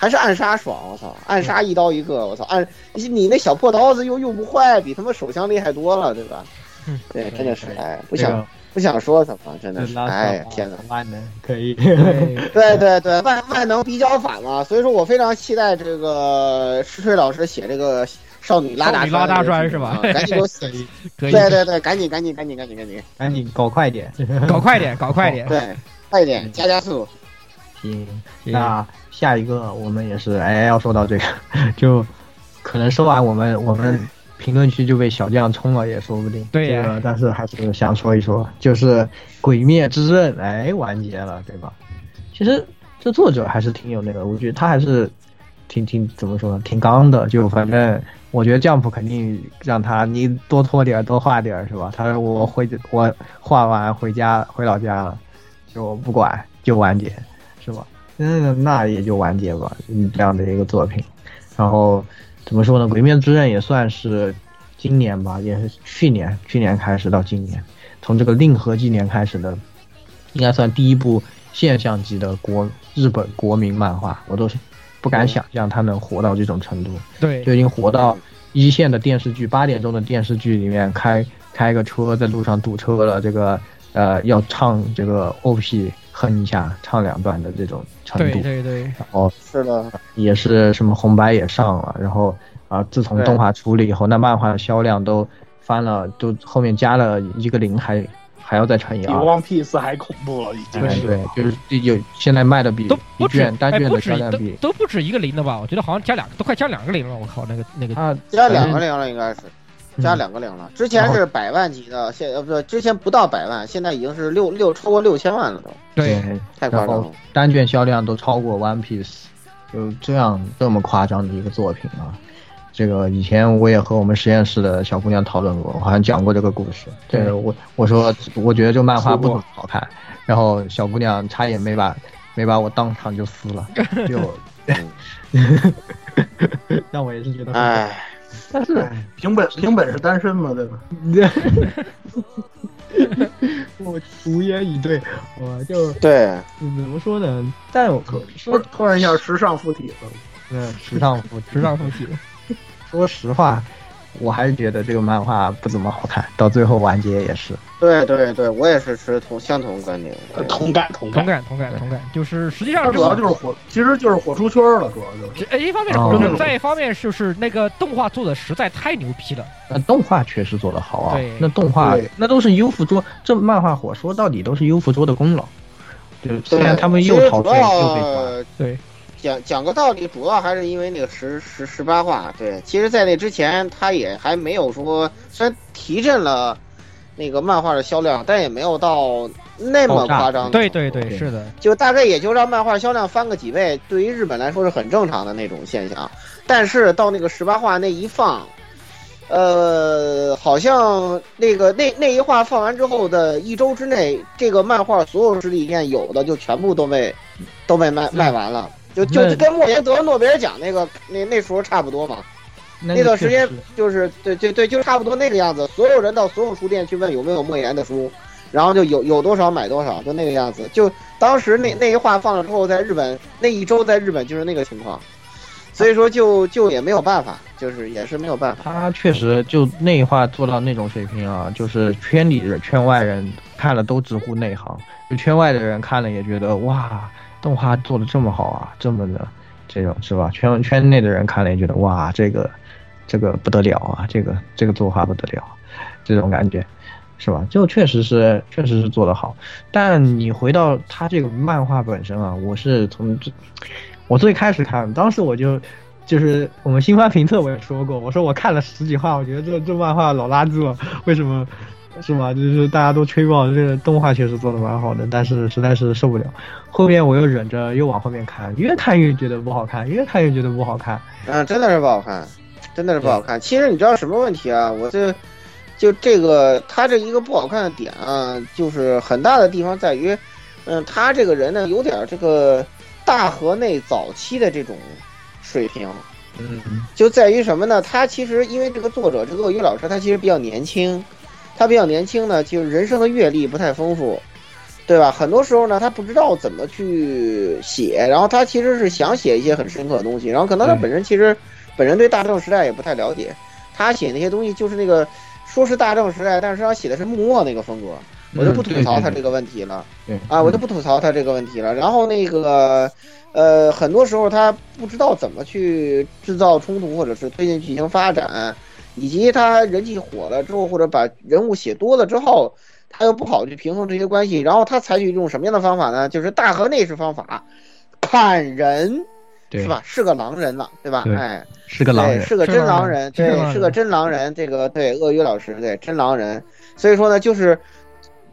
还是暗杀爽，我操！暗杀一刀一个，我操！暗你你那小破刀子又用不坏，比他妈手枪厉害多了，对吧？嗯对，真的是哎，不
这
想
个
不想说他妈，真的是
拉手
哎
啊，
天哪！
万能可以，
对对对，万万能比较法嘛，所以说我非常期待这个石锤老师写这个少女拉大
少女拉大栓
栓
是吧
啊赶紧给我写
可以
对对对，赶紧赶紧赶紧赶紧赶紧，
赶紧搞快点，
搞快点，搞快点。
对，快点加加速，
行，那下一个我们也是，哎，要说到这个， 就可能说完我们我们评论区就被小将冲了，也说不定。
对呀
这个但是还是想说一说，就是《鬼灭之刃》哎完结了，对吧？其实这作者还是挺有那个，我觉得他还是挺挺怎么说呢，挺刚的。就反正我觉得 Jump 肯定让他你多拖点儿，多画点儿是吧？他说我回我画完回家回老家了，就我不管就完结，是吧？那那也就完结吧，嗯，这样的一个作品。然后怎么说呢，《鬼灭之刃》也算是今年吧，也是去年去年开始到今年，从这个令和纪年开始的应该算第一部现象级的国日本国民漫画，我都是不敢想象它能火到这种程度，
对
就已经火到一线的电视剧，八点钟的电视剧里面开开个车在路上堵车了，这个呃要唱这个 OP 哼一下，唱两段的这种程
对
度，
对对，
然后
是的，
也是什么红白也上了，然后啊，自从
对
动画出了以后，那漫画的销量都翻了，都后面加了一个零，还还要再乘以
比
二。
One Piece 还恐怖了，已经
哎
是。
对，就是有现在卖的比一
不止
卷单
哎
卷
不
的
止
销量
都
比
都不止一个零的吧？我觉得好像加两个，都快加两个零了。我靠，那个那个
啊，
加两个零了应该是。
嗯
加两个零了，之前
然后
是百万级的，现呃不，之前不到百万，现在已经是六六超过六千万了都。
对，
太夸
然
张了
后单卷销量都超过 One Piece，就这样这么夸张的一个作品啊！这个以前我也和我们实验室的小姑娘讨论过，我好像讲过这个故事。这个我我说我觉得这漫画不怎么好看，然后小姑娘差点没把没把我当场就撕 了，就让我也是觉得很
哎，
但是
凭本凭本事单身嘛，对吧？
我无言以对，我就
对，
嗯怎么说呢？但我
突
说
突然一下时尚附体了，
嗯，时尚服，
时尚风气。
说实话，我还是觉得这个漫画不怎么好看，到最后完结也是。
对对对，我也是持同相同观点。
呃同感同
同
感。
感同感同感，就是实际上
它主要就是火，其实就是火出圈了，主要就是。
只呃一方面是
哦
火种，再一方面就是那个动画做的实在太牛逼了。
那动画确实做得好啊
对，
那动画
对
那都是优芙桌，这漫画火说到底都是优芙桌的功劳。对，虽然他们
其
又
实
逃
主
税又被关，
要
对
讲讲个道理，主要还是因为那个十十十八话。对，其实，在那之前，他也还没有说，虽然提振了那个漫画的销量，但也没有到那么夸张的。
对对对，
对
是的，
就大概也就让漫画销量翻个几倍，对于日本来说是很正常的那种现象。但是到那个十八话那一放，呃，好像那个那那一话放完之后的一周之内，这个漫画所有实体店有的就全部都被都被卖卖完了，就就
那
就跟莫言得诺贝尔奖那个那那时候差不多嘛。
那
那
个
段时
确
间
实
就是对对对，就差不多那个样子。所有人到所有书店去问有没有莫言的书，然后就有有多少买多少，就那个样子。就当时那那一话放了之后，在日本那一周在日本就是那个情况，所以说就就也没有办法，就是也是没有办法。
他确实就内化做到那种水平啊，就是圈里人、圈外人看了都直呼内行，就圈外的人看了也觉得哇，动画做的这么好啊，这么的这种是吧？圈圈内的人看了也觉得哇，这个这个不得了啊，这个这个作画不得了，这种感觉是吧？就确实是确实是做得好，但你回到他这个漫画本身啊，我是从这我最开始看，当时我就就是我们新番评测我也说过，我说我看了十几话，我觉得这这漫画老垃圾了，为什么？是吧？就是大家都吹爆这个动画，确实做的蛮好的，但是实在是受不了。后面我又忍着，又往后面看，越看越觉得不好看，越看越觉得不好看。
嗯，真的是不好看，真的是不好看。其实你知道什么问题啊？我这就这个他这一个不好看的点啊，就是很大的地方在于，嗯，他这个人呢有点这个大河内早期的这种水平，
嗯，
就在于什么呢？他其实因为这个作者这个鳄鱼老师，他其实比较年轻，他比较年轻呢，就是人生的阅历不太丰富，对吧？很多时候呢，他不知道怎么去写，然后他其实是想写一些很深刻的东西，然后可能他本身其实本人对大正时代也不太了解，他写那些东西就是那个说是大正时代，但是他写的是幕末那个风格，我就不吐槽他这个问题了。
对
啊，我就不吐槽他这个问题了。然后那个，呃，很多时候他不知道怎么去制造冲突，或者是推进剧情发展，以及他人气火了之后，或者把人物写多了之后，他又不好去平衡这些关系。然后他采取一种什么样的方法呢？就是大河内式方法，砍人，
对
是吧？是个狼人了，对吧？
对
哎，
是个狼
对，
人，
是个真狼人，
是
对，是个真狼人。这个对鳄鱼老师，对真狼人。所以说呢，就是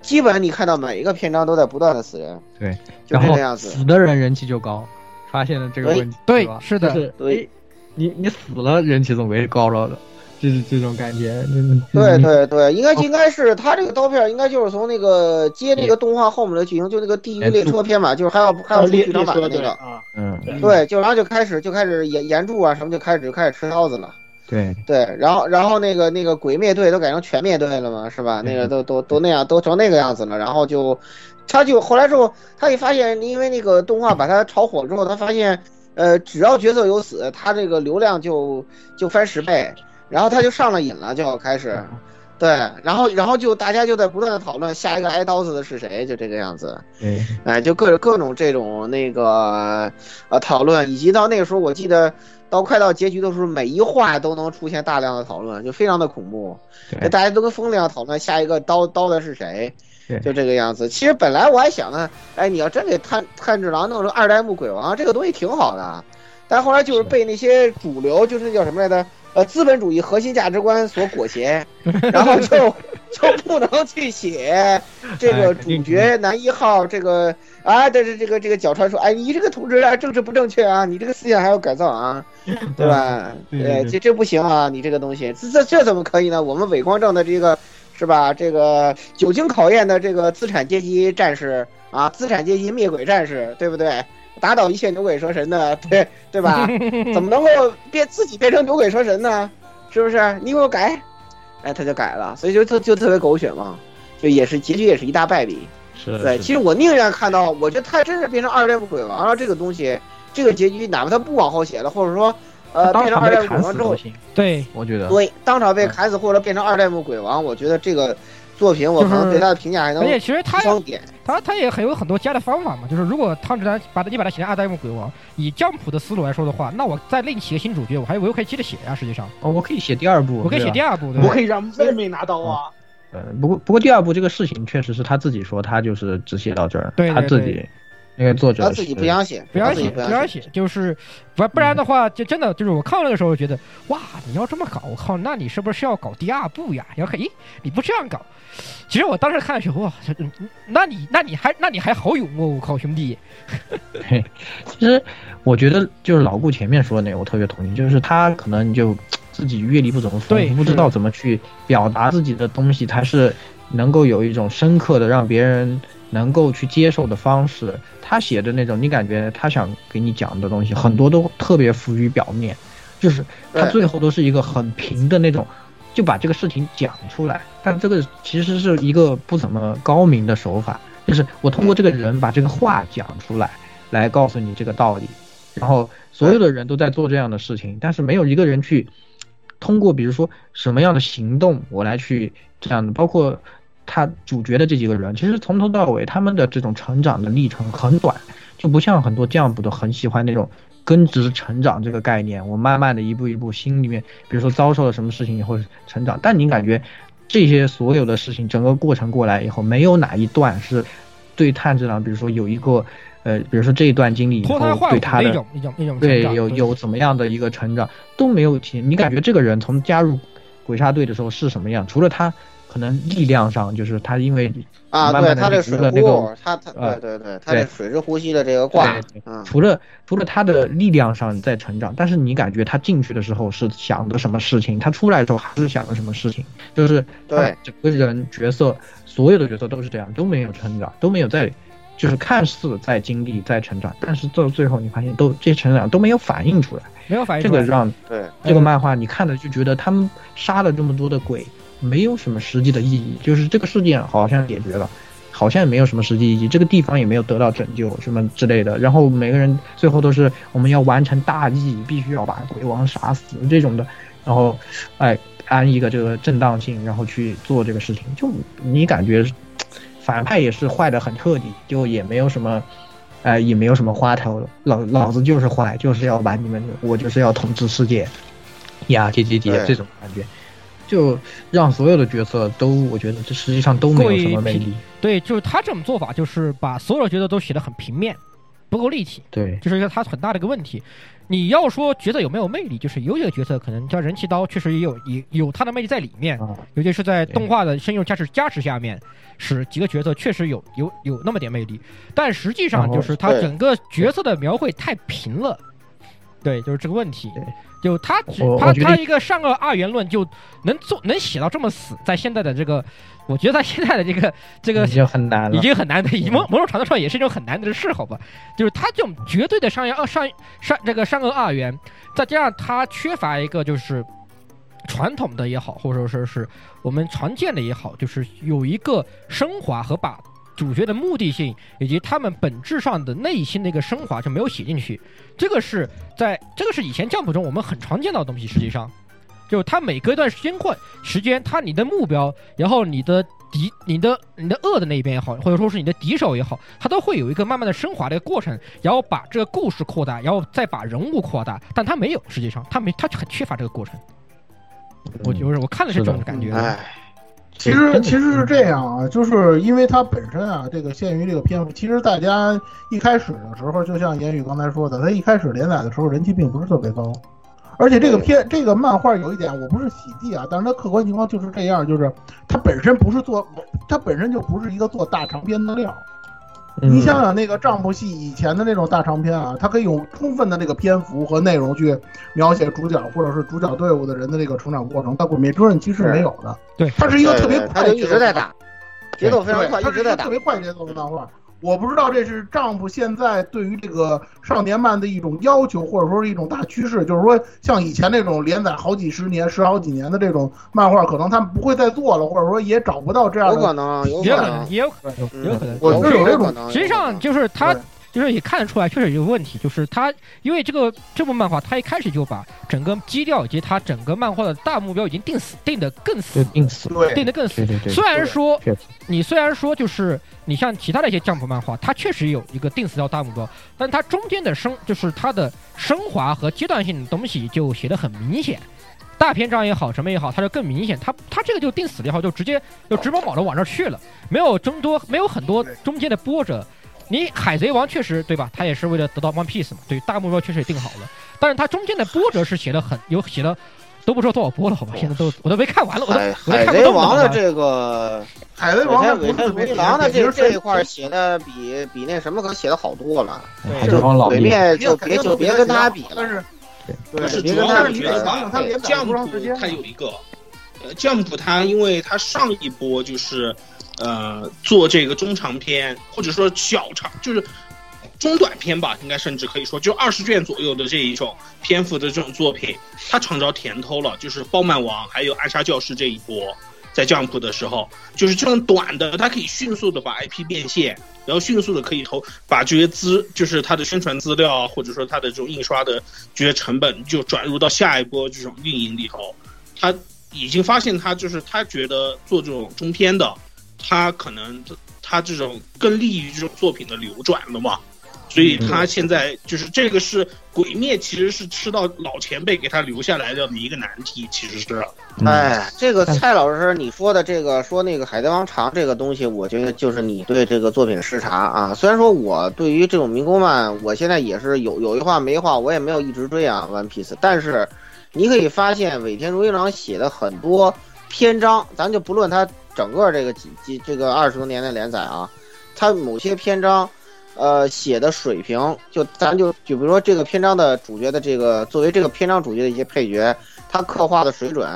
基本你看到每一个篇章都在不断的死人，
对，
就
然
这
后
个样子
死的人人气就高，发现了这个问题，
对
吧
是的
就是
对
哎你你死了人气总归是高了的，就是这种感觉，嗯
对对对，应该应该是他这个刀片，应该就是从那个接那个动画后面的剧情，就那个地狱列车篇嘛，就是还要还
啊
要出
哦列列
剧场版
车
的
对
那个，
啊，
嗯，
对，就然后就开始就开始岩岩柱啊什么就开始就开始吃刀子了。
对，
对，然后然后那个那个鬼灭队都改成全灭队了嘛，是吧？那个都都都那样，都成那个样子了。然后就，他就后来之后，他一发现，因为那个动画把他炒火之后，他发现，呃，只要角色有死，他这个流量就就翻十倍，然后他就上了瘾了，就开始，对，然后然后就大家就在不断的讨论下一个挨刀子的是谁，就这个样子。
对，
哎，就各各种这种那个呃讨论，以及到那个时候，我记得到快到结局的时候，每一话都能出现大量的讨论，就非常的恐怖。
对
大家都跟疯了一样讨论下一个刀刀的是谁
对，
就这个样子。其实本来我还想呢，哎，你要真给炭炭治郎弄成二代目鬼王，这个东西挺好的，啊但后来就是被那些主流，就是那叫什么来着？呃，资本主义核心价值观所 裹挟，然后就就不能 去写这
哎
个
肯
主
定
角男一号这个啊，但是这个这个角川说，哎，你这个同志啊，政治不正确啊，你这个思想还要改造啊，对吧？
对对对
这这不行啊，你这个东西，这这这怎么可以呢？我们伪光正的这个是吧？这个久经考验的这个资产阶级战士啊，资产阶级灭鬼战士，对不对？打倒一切牛鬼蛇神的，对 对吧？怎么能够变自己变成牛鬼蛇神呢？是不是？你给我改，哎，他就改了，所以就特就特别狗血嘛，就也是结局也是一大败笔。
是
对，其实我宁愿看到，我觉得他真是变成二代目鬼王了这个东西，这个结局，哪怕他不往后写了，或者说，呃，
当
变成
场嗯
二
被
代目鬼
砍
王
死
之后
都，行，
对，
我觉得，
对，当场被砍死或者变成二代目鬼王，我觉得这个作品我可能对他的评价还能
而且其实他
高一点。
他他也很有很多加的方法嘛，就是如果汤治郎把他你把他写成二代目鬼王，以江浦的思路来说的话，那我再另起个新主角，我还我又可以接着写啊，实际上
哦，我可以写第二部，
我可以写第
二。
二部，对
我
吧
可？以让妹妹拿刀啊，
呃，不过不过第二部这个事情确实是他自己说，他就是只写到这儿，
对对
他自
对
己那个作者
他自己
是
不想写，
不要
他自己
写，
不
不
想
要
写。
写，就是不不然的话，就真的就是我看到那个时候觉得，哇，你要这么搞，我靠，那你是不是要搞第二部呀？然后看，咦，你不这样搞，其实我当时看的时候，哇，这嗯那你那你还那你还好勇哦，我靠，兄弟，
其实我觉得就是老顾前面说的那个，我特别同意，就是他可能就自己阅历不怎么丰
对
富，不知道怎么去表达自己的东西，他是能够有一种深刻的让别人能够去接受的方式。他写的那种，你感觉他想给你讲的东西，很多都特别浮于表面，就是他
对
最后都是一个很平的那种。就把这个事情讲出来，但这个其实是一个不怎么高明的手法，就是我通过这个人把这个话讲出来，来告诉你这个道理。然后所有的人都在做这样的事情，但是没有一个人去通过比如说什么样的行动，我来去这样的，包括他主角的这几个人，其实从头到尾他们的这种成长的历程很短，就不像很多降部的很喜欢那种根植成长这个概念，我慢慢的一步一步心里面，比如说遭受了什么事情以后成长，但你感觉这些所有的事情整个过程过来以后，没有哪一段是对炭治郎，比如说有一个。呃，比如说这一段经历以
脱胎
后，
换
对
骨
他的
那种那种那种
对
成长，
有有怎么样的一个成长都没有体，你感觉这个人从加入鬼杀队的时候是什么样？除了他可能力量上，就是他因为
啊，
慢
对，
慢
他
的
这
除
水
了那
户
个，
他他
呃
对对对，他
对
这水之呼吸的这个卦
对对，
嗯，
除了除了他的力量上在成长，但是你感觉他进去的时候是想着什么事情，他出来的时候还是想着什么事情，就是他
对
整个人角色所有的角色都是这样，都没有成长，都没有在，就是看似在经历在成长，但是到最后你发现都这些成长都没有反映出来，
没有反应
这
出来
个让
对
这个漫画你看了就觉得他们杀了这么多的鬼，没有什么实际的意义，就是这个事件好像解决了，好像也没有什么实际意义，这个地方也没有得到拯救什么之类的。然后每个人最后都是我们要完成大义，必须要把鬼王杀死这种的，然后哎安一个这个正当性，然后去做这个事情，就你感觉反派也是坏的很彻底，就也没有什么。哎，也没有什么花头，老老子就是坏，就是要把你们，我就是要统治世界，呀，节节节
对
这种感觉，就让所有的角色都，我觉得这实际上都没
过
有什
于
么魅
平
力。
对，就是他这种做法，就是把所有角色都写得很平面，不够立体。
对
这是一个他很大的一个问题。你要说角色有没有魅力，就是有些角色可能叫人气刀，确实也有也有他的魅力在里面，
啊
尤其是在动画的深入加持加持下面，使几个角色确实有有有那么点魅力。但实际上
然后
就是他
对
整个角色的描绘太平了，对，就是这个问题。就他只
我
他
我觉得
他一个上个二元论就能做能写到这么死，在现在的这个，我觉得在现在的这个这个
已经很难了
已经很难的，以某某种程度上也是一种很难的事，好吧？就是他这种绝对的上元二上上这个上个二元，再加上他缺乏一个就是传统的也好，或者说是我们常见的也好，就是有一个升华和把主角的目的性以及他们本质上的内心的一个升华就没有写进去。这个是在这个是以前降谱中我们很常见到的东西，实际上。就是他每隔一段时间换时间，他你的目标，然后你的敌、你的、你的恶的那一边也好，或者说是你的敌手也好，他都会有一个慢慢的升华的一个过程，然后把这个故事扩大，然后再把人物扩大，但他没有，实际上他没，他很缺乏这个过程。我就是我嗯看的是嗯哎这种感
哎
觉。
嗯
其实其实是这样啊，就是因为它本身啊，这个限于这个篇幅，其实大家一开始的时候，就像言语刚才说的，它一开始连载的时候人气并不是特别高，而且这个片这个漫画有一点，我不是喜地啊，但是它客观情况就是这样，就是它本身不是做，它本身就不是一个做大长篇的料。
嗯
你想想那个丈夫戏以前的那种大长篇啊，它可以有充分的这个篇幅和内容去描写主角或者是主角队伍的人的这个成长过程，但《鬼灭之刃》其实没有的。
对，
它是一个特别
对对
快
他
的
就
节
一
奏
直在打，节奏非常
对
快，
它
一
是一
直在
个
打
特。别快节奏的漫画。我不知道这是丈夫现在对于这个少年漫的一种要求，或者说是一种大趋势，就是说像以前那种连载好几十年、十好几年的这种漫画，可能他们不会再做了，或者说也找不到这样的。
有可能有
也有
可
可
能
能，也有可能，也有可能。
我觉得有这种
啊
实际上就是他，就是也看得出来，确实有个问题，就是他因为这个这部漫画，他一开始就把整个基调以及他整个漫画的大目标已经定死，定得更死，
定死对
定得更死
对对。对
虽然说
确实
你虽然说就是你像其他的一些降谱漫画，它确实有一个定死掉大目标，但它中间的升就是它的升华和阶段性的东西就写得很明显。大篇章也好，什么也好，它就更明显。它它这个就定死了以后，就直接就直毛卯的往这儿去了，没有中多，没有很多中间的波折。你海贼王确实对吧？他也是为了得到 One Piece 嘛，对，大目标确实也定好了。但是它中间的波折是写的很有写的，都不知道多少波了，好吧？现在都我都没看完了，我都
海
我哎都
海
看不
哎贼
懂了。
王
好
的
吧
这个
海 贼王的
尾
不是
田
特别
尾田郎的
其实
这这一
是
块写的比比那什么可写的好多了。
哎
海贼王老
鬼
弟，
灭就别就别跟他比了，
但是
但是
别
主
跟
要
他
是
比
觉得
了。
他连
降谱它有一个，呃，降谱它因为它上一波就是，呃，做这个中长篇或者说小长就是中短篇吧，应该甚至可以说就二十卷左右的这一种篇幅的这种作品，它尝着甜头了，就是《暴漫王》还有《暗杀教室》这一波。在 Jump 的时候，就是这种短的，它可以迅速的把 IP 变现，然后迅速的可以投把这些资，就是它的宣传资料啊，或者说它的这种印刷的这些成本，就转入到下一波这种运营里头。他已经发现，他就是他觉得做这种中篇的，他可能他这种更利于这种作品的流转了嘛。所以他现在就是这个是《鬼灭》，其实是吃到老前辈给他留下来的一个难题，其实是。
嗯
哎，这个蔡老师，你说的这个说那个《海贼王》长这个东西，我觉得就是你对这个作品视察啊。虽然说我对于这种民工漫，我现在也是有有一话没一话，我也没有一直追啊《One Piece》，但是你可以发现尾田荣一郎写的很多篇章，咱就不论他
整个这个几几这个二十多年的连载啊，它某些篇章，呃，写的水平，就咱就就比如说这个篇章的主角的这个作为这个篇章主角的一些配角，他刻画的水准。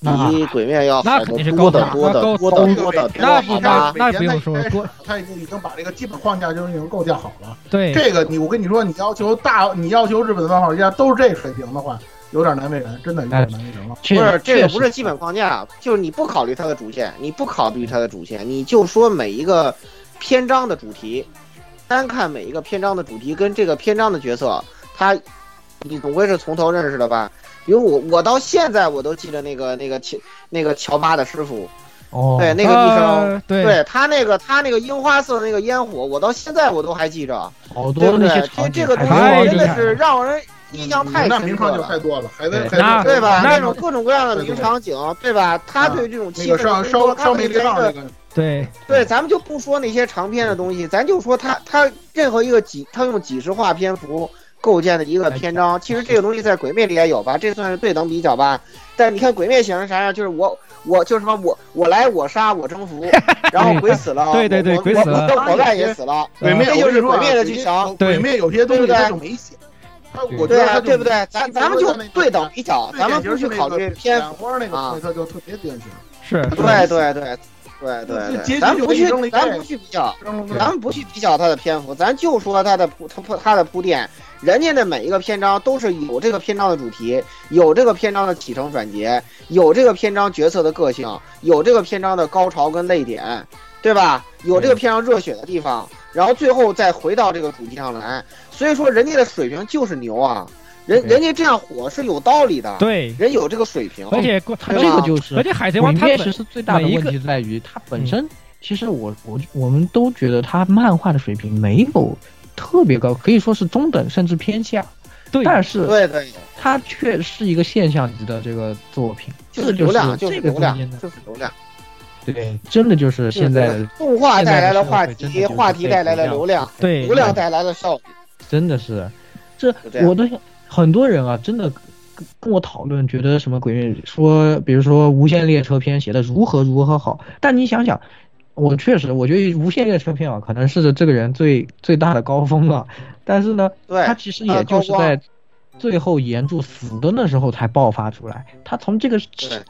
比
啊
鬼面要
那
好
肯
得
定是
多
高
得
达
多
那
得
高
多
高
得多得多，
那不
好吧？
那不用说
说，
多
他已经把这个基本框架就已经构架好了。
对
这个你我跟你说，你要求大，你要求日本的漫画家都是这水平的话，有点难为人，真的有点难为人了。
不是这个不是基本框架，就是你不考虑它的主线，你不考虑它的主线，你就说每一个篇章的主题，单看每一个篇章的主题跟这个篇章的角色，他你总归是从头认识的吧？因为我我到现在我都记得那个那个乔那个乔巴的师傅，
哦
对那个医生，
啊
对
对
他那个他那个樱花色那个烟火，我到现在我都还记着，
好
对不
多那些
对？这
场景
这个东
太
西真
厉
的
害了
是让人印象太
嗯那
深
名
刻
场
了
景。太多了，还在
对那
对吧？
那
那种各种各样的名场景，对吧？他对这种
啊那
气
个
氛的
上
烘托，
烧
他
烧
对
煤
这
力浪
个，
那个，
对
对，咱们就不说那些长篇的东西，咱就说他他任何一个几，他用几十话篇幅构建的一个篇
哎
章，其实这个东西在《鬼灭》里也有吧，这算是对等比较吧。但你看《鬼灭》写成啥样，就是我我就是什么我我来我杀我征 服，然后鬼死了，
对对对
我
鬼死了
我我伙伴也死了，嗯
鬼灭
这就是《
我
鬼
跟
灭》
你说啊
的剧情。
对
鬼灭有些东
对不
西
对
他就没写，他我觉
对
得他
啊，
就
对不对？咱咱们就对等比较，咱们不去
是
考虑篇幅。
花那
啊
个他就特别典型。
是
对对对对对对，
结局
咱们
就
不
给你
去
扔了一，
咱
片
不去比较，
张龙哥
咱们不去比较它的篇幅，咱就说它的铺它铺它的铺垫，人家的每一个篇章都是有这个篇章的主题，有这个篇章的起承转结，有这个篇章角色的个性，有这个篇章的高潮跟泪点，对吧？有这个篇章热血的地方，然后最后再回到这个主题上来，所以说人家的水平就是牛啊，人
对
人家这样火是有道理的，
对
人有这个水平，
而且
它这个就是，
而且海贼王它
鬼灭
本
其实最大的
每一
问
个嗯
题在于它本身，其实我我我们都觉得它漫画的水平没有特别高，可以说是中等甚至偏下，
对
但是
对对。
它却是一个现象级的这个作品，
就
这
是
个
流
是
量，就是
这个
流量
中间，的，
就是流量。
对，真的就是现在的
动画带来了话
现在
题，
的社会
话题带来了流量，
对
流量带来了效率。
真的是，这
就这样
我都想很多人啊，真的跟跟我讨论，觉得什么鬼灭，说比如说《无限列车篇》写的如何如何好，但你想想，我确实我觉得《无限列车篇》啊，可能是这个人最最大的高峰了，但是呢，
对
他其实
他的
也
高
就是
光
在最后岩柱死的那时候才爆发出来，他从这个
对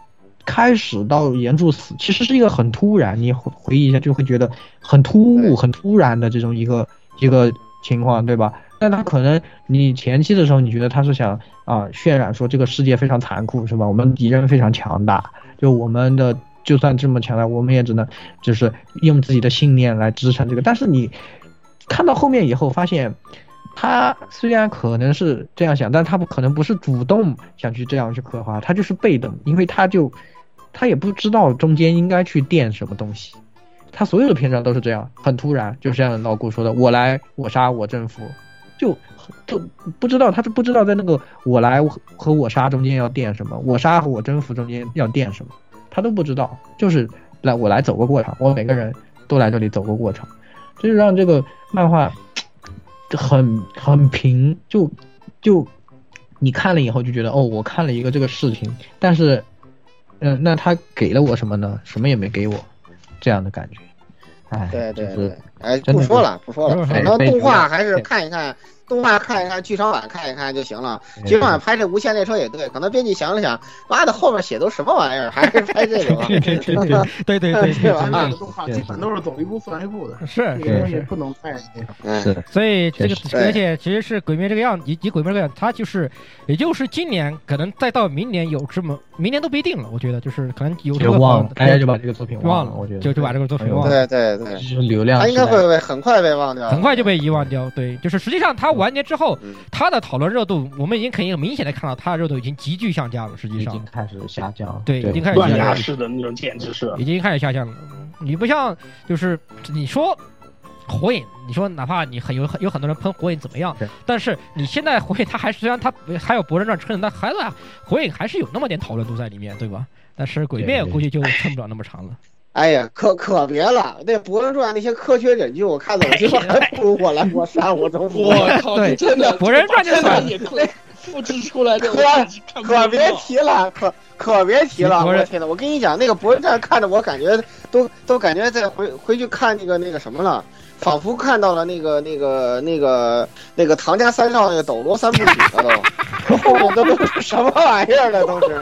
开始到岩柱死，其实是一个很突然，你回回忆一下就会觉得很突
对
兀、很突然的这种一个一个情况，对吧？但他可能你前期的时候，你觉得他是想啊、渲染说这个世界非常残酷，是吧？我们敌人非常强大，就我们的就算这么强大，我们也只能就是用自己的信念来支撑这个。但是你看到后面以后，发现他虽然可能是这样想，但他不可能不是主动想去这样去刻画，他就是被动，因为他就他也不知道中间应该去垫什么东西。他所有的篇章都是这样，很突然，就像老顾说的，我来，我杀，我征服，就就不知道他就不知道在那个我来和我杀中间要垫什么，我杀和我征服中间要垫什么，他都不知道，就是来我来走个过场，我每个人都来这里走个过场，这就让这个漫画很很平，就就你看了以后就觉得哦，我看了一个这个事情，但是嗯、那他给了我什么呢？什么也没给我，这样的感觉，哎，
对对
就是
对，哎，
真
不
的
说
是
了，不说了，
哎
反正
被
动
流
画
量
还是
对
看一看，动画看一看，剧场版看一看就行了。
对
剧场版拍这《无限列车》也对，可能编辑想了想，妈的，后面写都什么玩意儿，还是拍这啊个吧。
对 对对对对对对
是吧
现
啊
在的动画基本都是走一步算一步的，
是
这个东西不能太那个。
嗯
是，的，
所以这个
确，
对
而且其实是《鬼灭》这个样，以及《鬼灭》这个样，它就是，也就是今年可能再到明年有这么，明年都不一定了。我觉得就是可能有这
就
个
忘了，大家
哎
就把这个作品
忘
了，
了
我觉得
就就把这个作品
哎呦
忘
对
了
对对
这，就是流量，
他应该会被很快被忘掉，
很快就被遗忘掉。对，就是实际上它完结之后，
嗯。
它的讨论热度，我们已经可以明显的看到，它的热度已经急剧下降了。实际
已
上
经，开始下降了，
对已经开始下
断
降
崖
了
式的那种，简直是
已经开始下降了。你不像就是你说火影，你说哪怕你很有很有很多人喷火影怎么样
对，
但是你现在火影它还是虽然它还有《博人传》撑着，但还在火影还是有那么点讨论度在里面，对吧？但是鬼灭
对对
估计就撑不了那么长了。
哎呀，可可别了！那《博人传》那些科学忍具，我看怎么就
哎
还 不如我来我杀我 征服。
我靠，
对
你真的
博人传就
真
算
的
了
也可以复制出来这种
可
东西，看不
可
到
别提了，可可别提了，
博
我
人
的天呐，我跟你讲，那个博人站看着我，感觉都都感觉在回回去看那个那个什么了，仿佛看到了那个那个那个那个唐家三少那个斗罗三部曲了都，我都都是什么玩意儿了都是，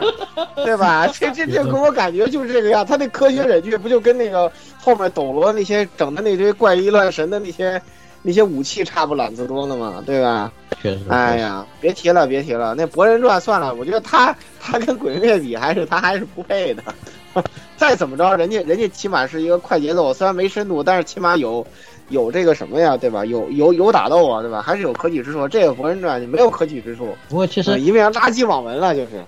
对吧？这这这给我感觉就是这个样，他那科学忍具不就跟那个后面斗罗那些整的那堆怪力乱神的那些那些武器差不懒子多了嘛，对吧？
确实，
哎呀，别提了，别提了，那《博人传》算了，我觉得他他跟《鬼灭》比，还是他还是不配的。 再怎么着，人家人家起码是一个快节奏，虽然没深度，但是起码有有这个什么呀，对吧？有有有打斗啊，对吧？还是有可取之处。这个《博人传》就没有可取之处，
不过其实
呃一面垃圾网文了，就是。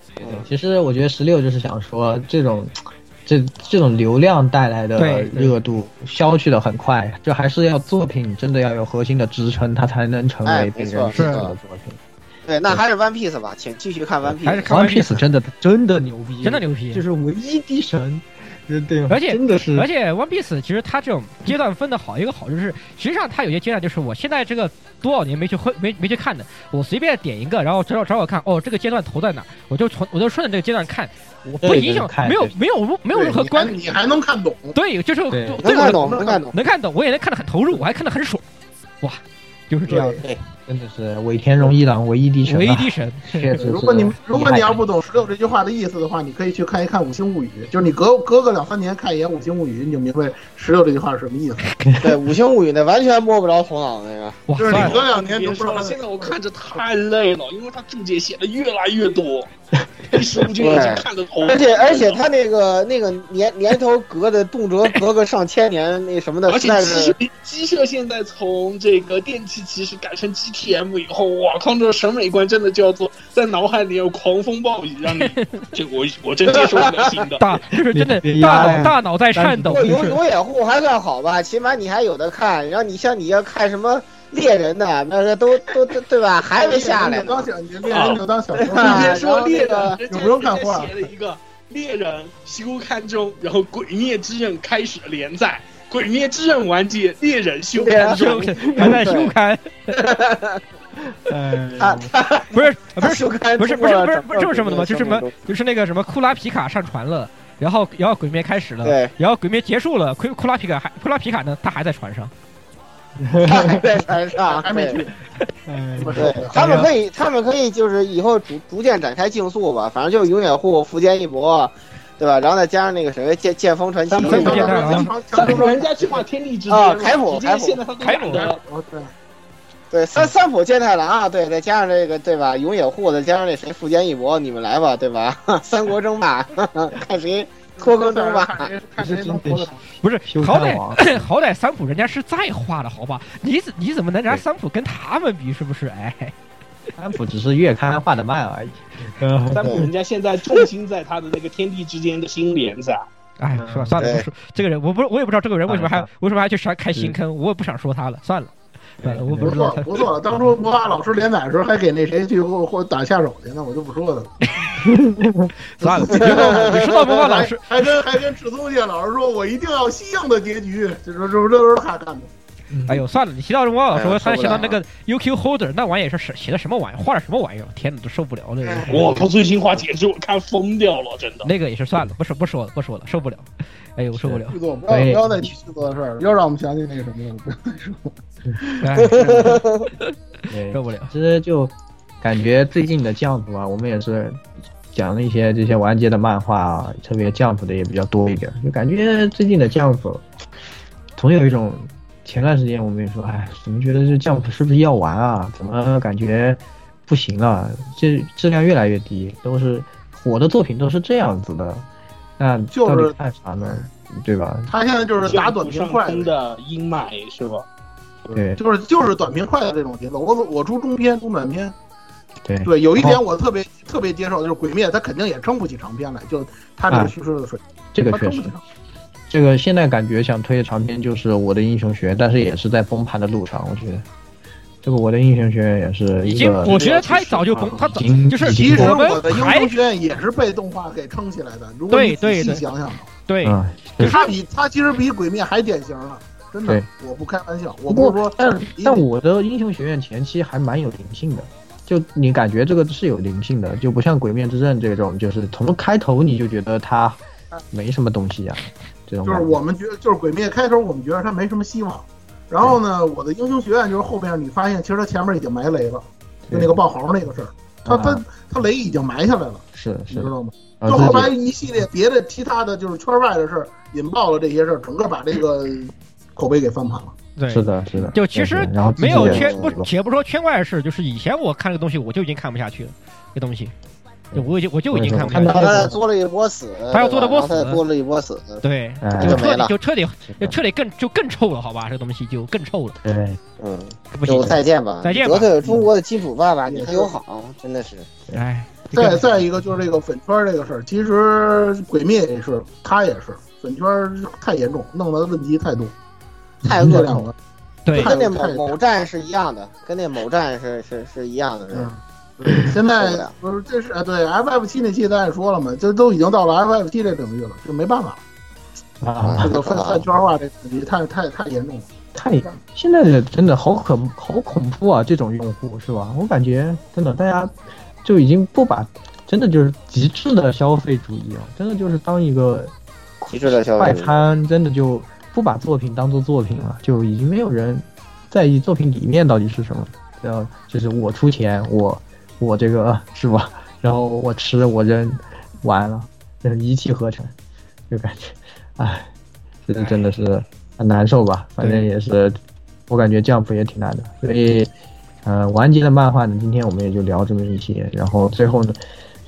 其实我觉得十六就是想说，这种这这种流量带来的
对
热度消去的很快，就还是要作品真的要有核心的支撑，它才能成
哎
为
没
别
错
人认可
是
的
的
作品。
对，那还是《One Piece》吧，请继续看《One Piece》。
One Piece 真的真的牛逼，
真的牛逼
就是唯一的神，对对，
而且
真的是，
而且 One Piece 其实它这种阶段分的好，一个好就是，实际上它有些阶段就是我现在这个多少年没去会没没去看的，我随便点一个，然后找找找我看，哦，这个阶段头在哪，我就从我就顺着这个阶段看，我不
对
影响
对看，
没有
对
没有没有
对
任何
你
关
还，你还能看懂，
对，就是
对
我
能看懂
我
能看懂
能看懂，我也能看得很投入，我还看得很爽，哇，就是这样，
对，真的是尾田荣一郎唯一的神啊，
唯一的神
确实是
如果你如果你要
厉害
不懂十六这句话的意思的话，你可以去看一看《五星物语》，就是你隔隔个两三年看一眼《五星物语》，你就明白十六这句话是什么意思。
对《五星物语》那完全摸不着头脑那个。
哇
就是
算
你隔
了，
两年都
别
不知
说
道
了，。现在我看着太累了，因为他注解写的越来越 多，一时不觉已经看得头。
而且而且他那个那个年年头隔的动辄隔个上千年那什么的，实
而且
在
机
是
设机设现在从这个电气骑士改成 GTM 以后，哇靠，这审美观真的就要做在脑海里有狂风暴雨， 让你这个我我真接受不了新的。
大就是真的
你
大
哎
脑
呀
大脑在颤抖
不，过有有野户还算好吧，起码你还有的看。然后你像你要看什么猎人的，那个都都都对吧？还没下来
你就
呢。
当小你猎人就当小
啊
说看，
你别
然
说
后
猎
那
人
啊
个，
人
有
家
不用看
人家
画
写了一个猎人休刊中，然后鬼灭之刃开始连载。鬼灭之刃完结，猎人休
啊
刊中，
还在修刊，
啊
哎，
不是不
他
是
修刊
不是不是不是不是这么什么的吗？就
中
是什
国的
么
中
就是那个什么库拉皮卡上传了，然后然后鬼灭开始了，
对，
然后鬼灭结束了，库库拉皮卡还库拉皮卡呢，他还在船上，
他还在船 上，
还没
对
哎
对，他们可以，他们可以就是以后逐逐渐展开竞速吧，反正就是永远护福建一博，对吧？然后再加上那个谁剑剑锋传奇，
咱们
可以
当
不见
然
面啊
强强
咱
强
们
说
人家去画天地之
啊
间，
凯普
直接
凯普
现在他都
凯普
打了
哦对，
对，
嗯
三三浦健太郎啊，对，再加上这个对吧，永野护，再加上那谁富坚义博，你们来吧，对吧？ 三国争霸， 看谁脱
嗯
坑争霸。
看谁看谁能活得长。
不是
修
好
刊王
歹好歹三浦人家是在画的好吧？你怎你怎么能拿三浦跟他们比？是不是？哎，
安普只是月刊画的慢而 已。嗯
但是人家现在重心在他的那个天地之间的新联赛，
哎，
嗯
说算了，不
对
说这个人，我不我也不知道这个人为什么还
算了
为什么还去上开新坑，我也不想说他了，算了，算了，我不
不
知道
错
他。
不错，当初魔法老师连载的时候还给那谁去或或打下手去呢，我就不说了。
算了，你说到你说到魔法老师，
还跟还跟赤松健老师说，我一定要西洋的结局，这这这这都是他干的。
哎呦，算了，你提到魔法老师，
哎
我
呀
突然
受
想
不
到
了
那个 UQ Holder 那玩意儿是写的什么玩意儿，画的什么玩意儿，天哪，都受不了了。
嗯
这个
我靠，最新话简直我看疯掉了，真的。
那个也是算了，不说不说了，不说了，受不了，哎呦，受不了。
剧作不要不要再提剧作的事儿了，又让我们想起那个什么了。
哎
对
受不了。
其实就感觉最近的 Jump 啊，我们也是讲了一些这些完结的漫画啊，特别 Jump 的也比较多一点，就感觉最近的 Jump 总有一种。前段时间我们也说，哎，怎么觉得这 Jump 是不是要完啊？怎么感觉不行了？这质量越来越低，都是火的作品都是这样子的，那
就是
到底看啥呢？对吧？
他现在就是打短平
上
快
空的阴霾是吧？
对
就是就是短平快的这种节奏。我我出中篇、中短篇。
对
对，有一
哦
点我特别特别接受，就是《鬼灭》，它肯定也撑不起长篇来，就它这
啊
个叙事的水平，
这个
它
确
撑不
实
起。长。
这个现在感觉想推的长篇就是《我的英雄学院》，但是也是在崩盘的路上，我觉得。这个《我的英雄学院》也是
已
一
经
个，，
我觉得他早就崩，他早
已经
就是
其实
我
我的
们
英
还
雄学院也是被动画给撑起来的。如果
对
你
对
仔
对
细想想的话，
对，
嗯，
就是
它比它其实比《鬼灭》还典型了，真的
对，
我不开玩笑，我不是说，
但但我的英雄学院前期还蛮有灵性的，就你感觉这个是有灵性的，就不像《鬼灭之刃》这种，就是从开头你就觉得它没什么东西呀、啊这种
就
感
是
觉
我们觉得，就是《鬼灭》开头我们觉得它没什么希望，然后呢，我的英雄学院就是后面你发现其实它前面已经埋雷了，就
对
那个爆豪那个事儿，它它
啊
它雷已经埋下来了，
是的
你
是
知
的
道吗？
啊
嗯就后来
对
一系列别的其他的就是圈外的事儿引爆了这些事儿，整个把这个口碑给翻盘了。
对，
是的是的，
就其
对
实
对然后自己
没有
也
圈不，且不说圈外的事，就是以前我看这个东西，我就已经看不下去了，这东西，就我已经我就已经看不下去
他
了。
做了一波死，
嗯他要做了波死
对吧然后他做了一波死，
对，
哎
就
嗯
就
彻
没
底
了
就彻底就彻底更就更臭了，好吧？这东西就更臭了。
对，
嗯，
不行
就再见吧，
再见吧嗯
得罪了中国的金主爸爸，你还有好，真的是，
哎，
再再一个就是这个粉圈这个事儿，其实《鬼灭》也是，他也是粉圈太严重，弄得问题太多，
太恶
嗯
这
搞
两
了
个，
对
跟那
太
某某站是一样的，跟那某站是是是一样的，是
嗯
吧
现
受不
在
了
不是这是嗯啊对 FF 七那期咱也说了嘛，这都已经到了 FF 七这领域了，就没办法，
啊，
这个 饭饭圈化这个问题太太太严重了。
太现在的真的好可好恐怖啊！这种用户是吧？我感觉真的大家就已经不把真的就是极致的消费主义哦，真的就是当一个
极致的消
快
费，
餐，真的就不把作品当做作品了，就已经没有人在意作品里面到底是什么。然后就是我出钱，我我这个是吧？然后我吃我扔，完了，就是一气呵成，就感觉，唉，这个真的是很难受吧？反正也是，我感觉 Jump 也挺难的。所以，呃，完结的漫画呢，今天我们也就聊这么一些。然后最后呢，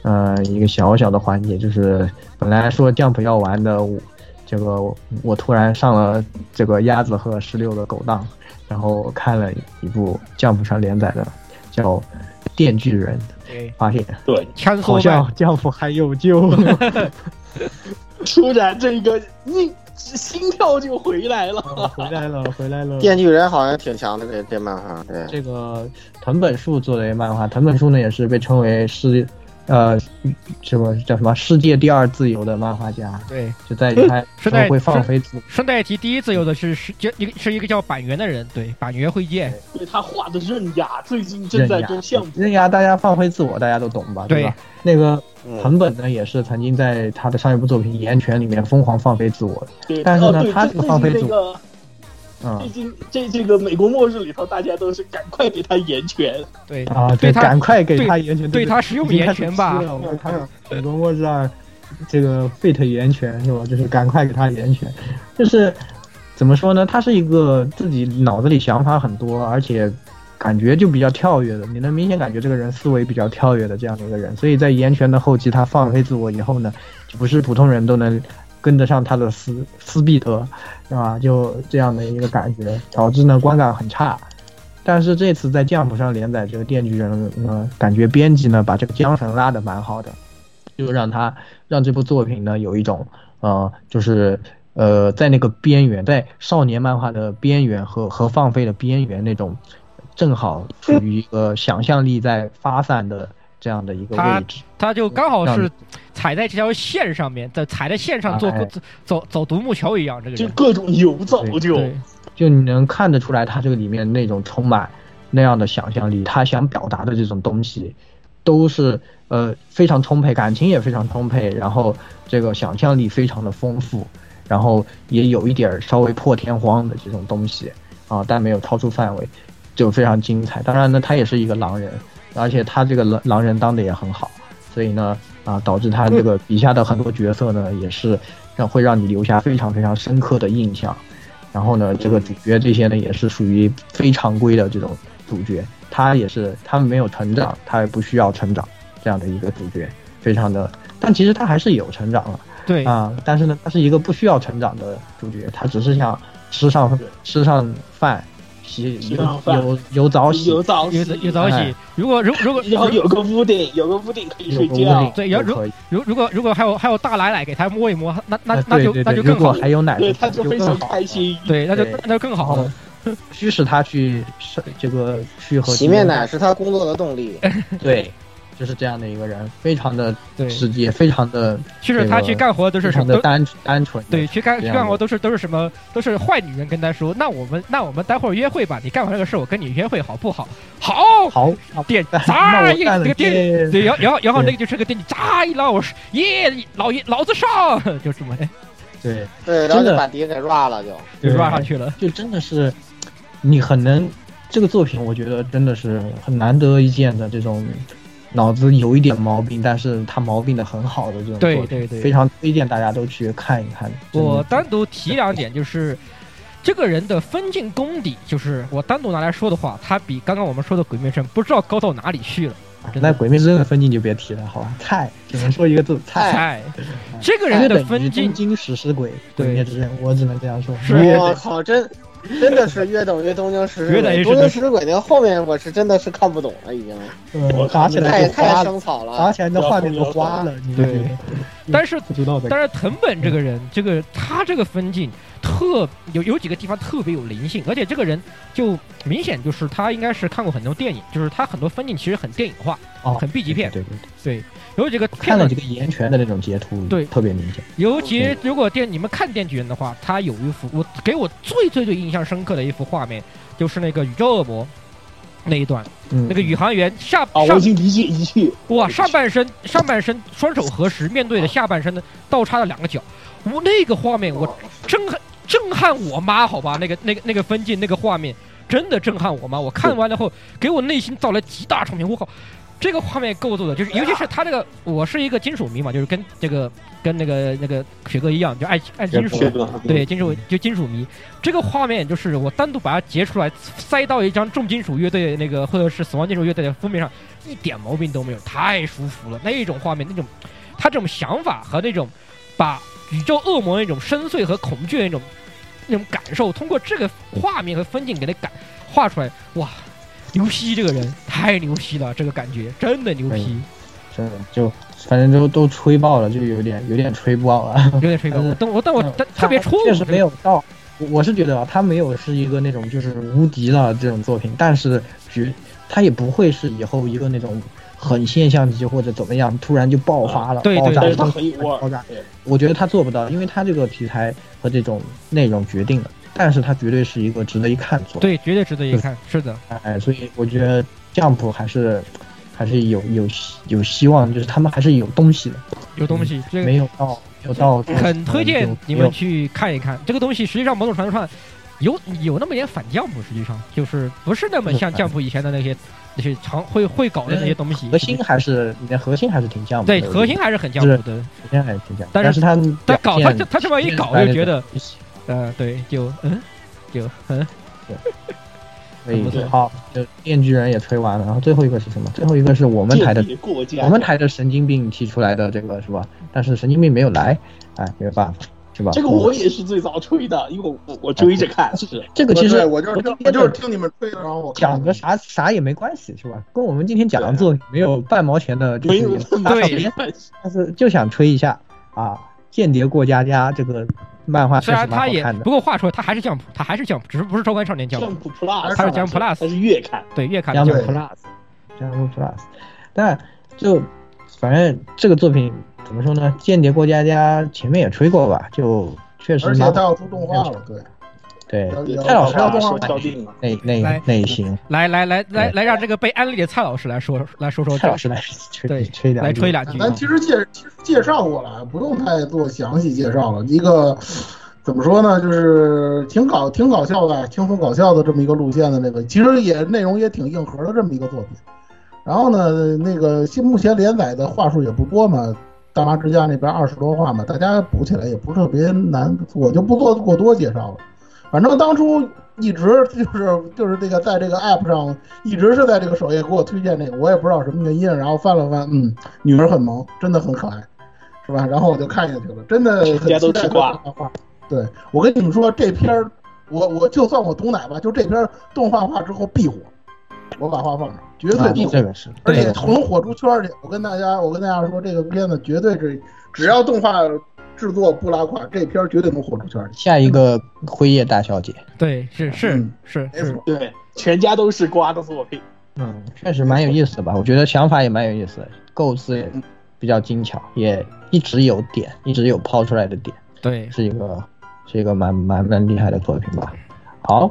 呃，一个小小的环节就是，本来说 Jump 要玩的，我这个我我突然上了这个鸭子和石榴的勾当，然后看了一部 Jump 上连载的叫《电锯人》，发现
对，
枪
好
手
像 Jump 还有救。
突然这个一心跳就回来了。
回来了，回来了。
电锯人好像挺强的，这这漫画，对，
这个藤本树做的一个漫画，藤本树呢也是被称为世，呃，什么叫什么世界第二自由的漫画家，
对，
就在于 他
是
他
在
会放飞自
顺带提第一自由的是是就一个是一个叫板垣的人，对，板垣惠介，
对他画的刃牙最近正
刃
在
牙
做项目，，
刃牙大家放飞自我，大家都懂吧？
对
吧？那个
嗯
藤本呢，也是曾经在他的上一部作品《岩泉》里面疯狂放飞自我的，
对，
但是
哦
呢
对
他
最
这个放飞
最近
组
那个最
嗯
近这这个美国末日里头，大家都是赶快给他言权，
对
啊，
嗯对他
赶快给
对
他岩泉，
对他使用岩泉吧
已经开始吃了我看到美国末日二这个 Fate 源泉是吧？就是赶快给他源泉，就是怎么说呢？他是一个自己脑子里想法很多，而且感觉就比较跳跃的，你能明显感觉这个人思维比较跳跃的这样的一个人。所以在岩泉的后期，他放飞自我以后呢，就不是普通人都能跟得上他的斯斯必德，是吧？就这样的一个感觉，导致呢观感很差。但是这次在 Jump 上连载这个《电锯人》呢，感觉编辑呢把这个缰绳拉得蛮好的，就让他让这部作品呢有一种呃，就是呃在那个边缘，在少年漫画的边缘和和放飞的边缘那种，正好处于一个想象力在发散的这样的一个
他
位置。
他就刚好
让
是
你
踩在这条线上面，在踩在线上做
哎
走走走独木桥一样，这个
就
人
各种游走
对
就。
对
就你能看得出来，他这个里面那种充满那样的想象力，他想表达的这种东西，都是呃非常充沛，感情也非常充沛，然后这个想象力非常的丰富，然后也有一点儿稍微破天荒的这种东西啊，但没有超出范围，就非常精彩。当然呢，他也是一个狼人，而且他这个狼狼人当的也很好，所以呢啊，导致他这个笔下的很多角色呢，也是让会让你留下非常非常深刻的印象。然后呢，这个主角这些呢也是属于非常规的这种主角，他也是他没有成长，他也不需要成长这样的一个主角，非常的，但其实他还是有成长了
对
啊、但是呢，他是一个不需要成长的主角，他只是想吃上吃上饭，洗
吃上
有
饭
有有早洗，
有早
有
起，
有早起
哎。
如果如 如果
然后有个屋顶，有个屋顶可以
有
睡
个屋
觉
顶。
对，要
就
如
可以
如如果如果还有还有大奶奶给他摸一摸，那那
哎
那就
对对
那
对
就
如
更
果
好，
还有奶
对
头
他就非
更
常
好
开。心，
对，那就
对嗯
那就更好
然后
了。
驱使他去这个去和
哎
洗面奶是他工作的动力，
对，就是这样的一个人，非常的
对
直接，非常的
其
这
实
个，
他去干活都是
非
什
常
么
的
都
单单纯的，
对，去干
这
去
样
干活
的
都是都是什么都是坏女人跟他说，那我们那我们待会儿约会吧，你干完这个事我跟你约会好不好？好，
好，啊
点
哎那
砸
我
一
干
个
了
这个
耶
电， 对，然后然后然后那个
对
就是个电，砸一老师，耶，老爷老子上，就这么哎
对
对，然后
真的
就把敌人给 rua 了就。
就
对
rap 上去了，
就真的是你很能这个作品，我觉得真的是很难得一见的这种脑子有一点毛病，但是他毛病的很好的这种作
对
品
对对
非常推荐大家都去看一看。真的
我单独提两点，就是这个人的分镜功底，就是我单独拿来说的话，他比刚刚我们说的《鬼灭之刃》不知道高到哪里去了。真
哎那
的
《鬼灭之刃》的分镜就别提了，好吧？菜，只能说一个字菜。
菜，哎这个人的
等于
分
东
镜
京食尸鬼，《鬼灭之刃》，我只能这样说。
我靠，真真的是越等越东京食尸
越等
鬼，
越
东
是
京食尸鬼那个后面我是真的是看不懂了，已经。
嗯打起来
太
就
太
花了
生，草了，
打起来的画面都花了，你就觉得
但是
不知道在
但是藤本这个人，这个他这个分镜特有有几个地方特别有灵性，而且这个人就明显就是他应该是看过很多电影，就是他很多分镜其实很电影化，
哦
很 B 级片，
对对对，
对，有几个
看
片
了
段
几个岩泉的那种截图，
对
特别明显。
尤其如果电你们看《电锯人》的话，他有一幅我给我最最最印象深刻的一幅画面，就是那个宇宙恶魔那一段，
嗯
那个宇航员下
啊，
哦
我已经
上
理解一句，
哇啊上半身上半身双手合十，面对着下半身的倒插的两个脚，我那个画面我震撼震撼我妈好吧，那个那个那个分镜那个画面真的震撼我妈，我看完了后给我内心造来极大冲击，我靠！这个画面构筑的，就是尤其是他这个，我是一个金属迷嘛，就是跟这个跟那个那个雪哥一样，就爱爱金属
雪哥，
对金属就金属迷。这个画面就是我单独把它截出来，塞到一张重金属乐队那个或者是死亡金属乐队的封面上，一点毛病都没有，太舒服了。那一种画面，那种他这种想法和那种把宇宙恶魔那种深邃和恐惧的那种那种感受，通过这个画面和分镜给它感画出来，哇！牛批这个人太牛批了，这个感觉真的牛批。
真的就反正都都吹爆了，就有点有点吹爆了，有
点吹爆。但我但我 但
特
哦别戳我
确实
这个
没有到。我我是觉得啊，他没有是一个那种就是无敌了这种作品，但是绝他也不会是以后一个那种很现象级或者怎么样突然就爆发了、
对
爆
对，
炸
但
了
是他很有味
爆炸
儿。
我觉得他做不到，因为他这个题材和这种内容决定了，但是他绝对是一个值得一看的作品。
对，绝对值得一看。是的，
哎，所以我觉得 Jump 还是还是有有希有希望，就是他们还是有东西的，
有东西，这个
没有到没有到
很推荐你
没
们
嗯有
去看一看。这个东西实际上某种程度上有有那么点反降谱，实际上就是不是那么像降谱以前的那些那些常会会搞的那些东西。
核心还是你的核心还是挺 Jump 的，
对
我觉得
核心还是很 Jump
就是
的
核心还是挺 Jump，
但
但
是
他
他搞他
表现
这他这么一搞就觉得，呃，对，就嗯，就嗯，
所以
很不错
好，就电锯人也吹完了，然后最后一个是什么？最后一个是我们台的
间谍过界
我们台的神经病提出来的这个是吧？但是神经病没有来，哎，没有办法，是吧？
这个我也是最早吹的，因为我 我我追着看是
这个其实
我就是听我就是听你们吹的，然后我看
讲个啥啥也没关系，是吧？跟我们今天
啊
讲的作品没有半毛钱的，就是也不搭上边 但是就想吹一下啊，《间谍过家家》这个漫画确
虽
实
然
蛮好
他也
看的
不。过话说，他还是降谱，他还是降谱，只是不是周刊少年降
，Jump
谱，
Plus，
他是 Jump Plus，他
是月刊，
对月刊的
加入
降谱
Plus，加入 Plus，但就反正这个作品怎么说呢，《间谍过家家》前面也吹过吧，就确实
而且
蛮
他要出动画了，对，
对
要。
蔡老师
要
要
动
动
画
画
敲
版
定了
那那
来
那也行，
来来来来来，让这个被安利的蔡老师来说来说说
蔡
这
老师来 吹吹两
来
句
吹两句啊
咱嗯其实介其实介绍过了，不用太做详细介绍了。一个怎么说呢，就是挺搞挺搞笑的，轻松搞笑的这么一个路线的那个，其实也内容也挺硬核的这么一个作品。然后呢，那个现目前连载的话数也不多嘛，大妈之家那边二十多话嘛，大家补起来也不是特别难，我就不做过多介绍了。反正当初一直就是就是这个在这个 app 上一直是在这个首页给我推荐这个，我也不知道什么原因，然后翻了翻，嗯，女儿很萌，真的很可爱，是吧？然后我就看下去了，真的
大
很
家
期
都
待
吃瓜
这个漫画。对我跟你们说，这篇儿我我就算我毒奶吧，就这篇儿动画化之后必火，我把话放上，绝对
啊
必火。
这个是，
而
这
且
个
从火出圈儿去，我跟大家，我跟大家说，这个片子绝对是，只要动画制作不拉胯，这片儿绝对能火出圈儿去。
下一个辉夜大小姐，
嗯
对，是是是是，
对，全家都是瓜的作品，
嗯，确实蛮有意思的吧？我觉得想法也蛮有意思的，构思也比较精巧，也一直有点，一直有抛出来的点。
对，
是一个是一个蛮蛮蛮厉害的作品吧。好，
啊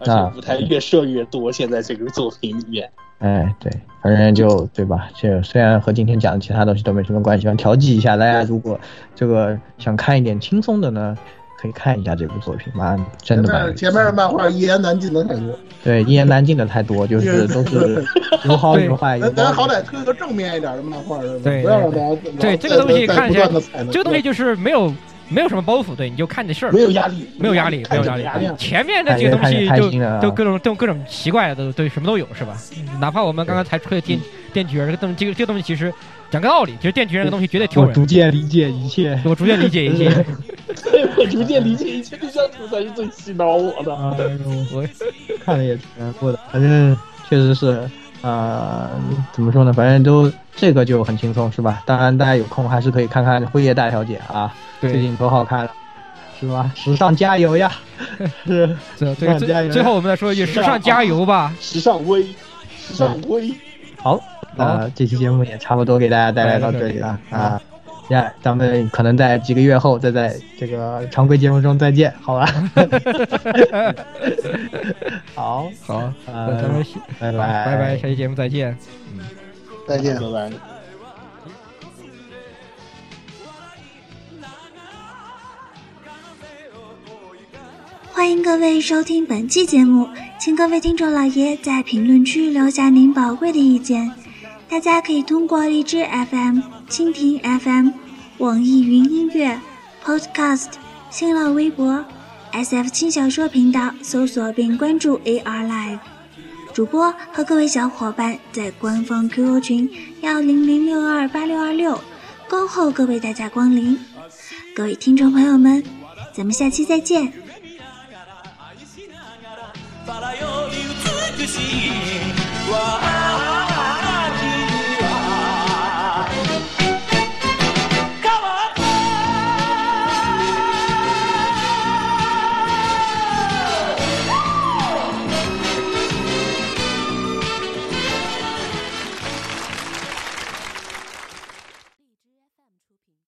而
那
且舞台越设越多，现在这个作品里面，
哎，对，反正就对吧？这虽然和今天讲的其他东西都没什么关系，但调剂一下大家，如果这个想看一点轻松的呢，可以看一下这部作品，蛮真
前
的蛮有
面
意思
前面的漫画
嗯
一言难尽的太多。
对一言难尽的太多，就是都是有好有坏，有
咱
好
咱好歹推个正面一点的漫画，是吧？
哎对
不要让大家
对这个东西看起来，这个东西就
就
是没有没有什么包袱，对，你就看这事儿，
没有压力
没有压力，没
看
有
着
压力
压力。
前面那几个东西
看
就
着开心啊嗯
都各种都各种奇怪的都对什么都有是吧？哪怕我们刚刚才吹的电电锯人这个东这个这个东西，其实讲个道理，其实电锯人这个东西绝对挑
我
人。
逐渐理解一切，
我逐渐理解一切。
对我逐渐理解一切，这张图才是最洗脑我的。
啊我
看了也挺难过的，反正确实是，呃，怎么说呢？反正都这个就很轻松，是吧？当然，大家有空还是可以看看《辉夜大小姐》啊，
对
最近可好看了，是吧？时尚加油呀！ 是，
这
时尚加油
最
呀
最后我们再说一句：
啊
时尚加油吧！
时尚威，时尚威。
好，那呃这期节目也差不多给大家带来到这里了啊。呀，咱们可能在几个月后再在这个常规节目中再见， 好吧？好，
好，
呃
咱们
拜拜
拜拜，下期节目再见。
再见。
拜拜。
欢迎各位收听本期节目，请各位听众老爷在评论区留下您宝贵的意见。大家可以通过荔枝 FM、蜻蜓 FM、网易云音乐、Podcast、新浪微博、SF 轻小说频道搜索并关注 AR Live。主播和各位小伙伴在官方 QQ 群幺零零六二八六二六，恭候各位大驾光临。各位听众朋友们，咱们下期再见。
漂り美しいわあ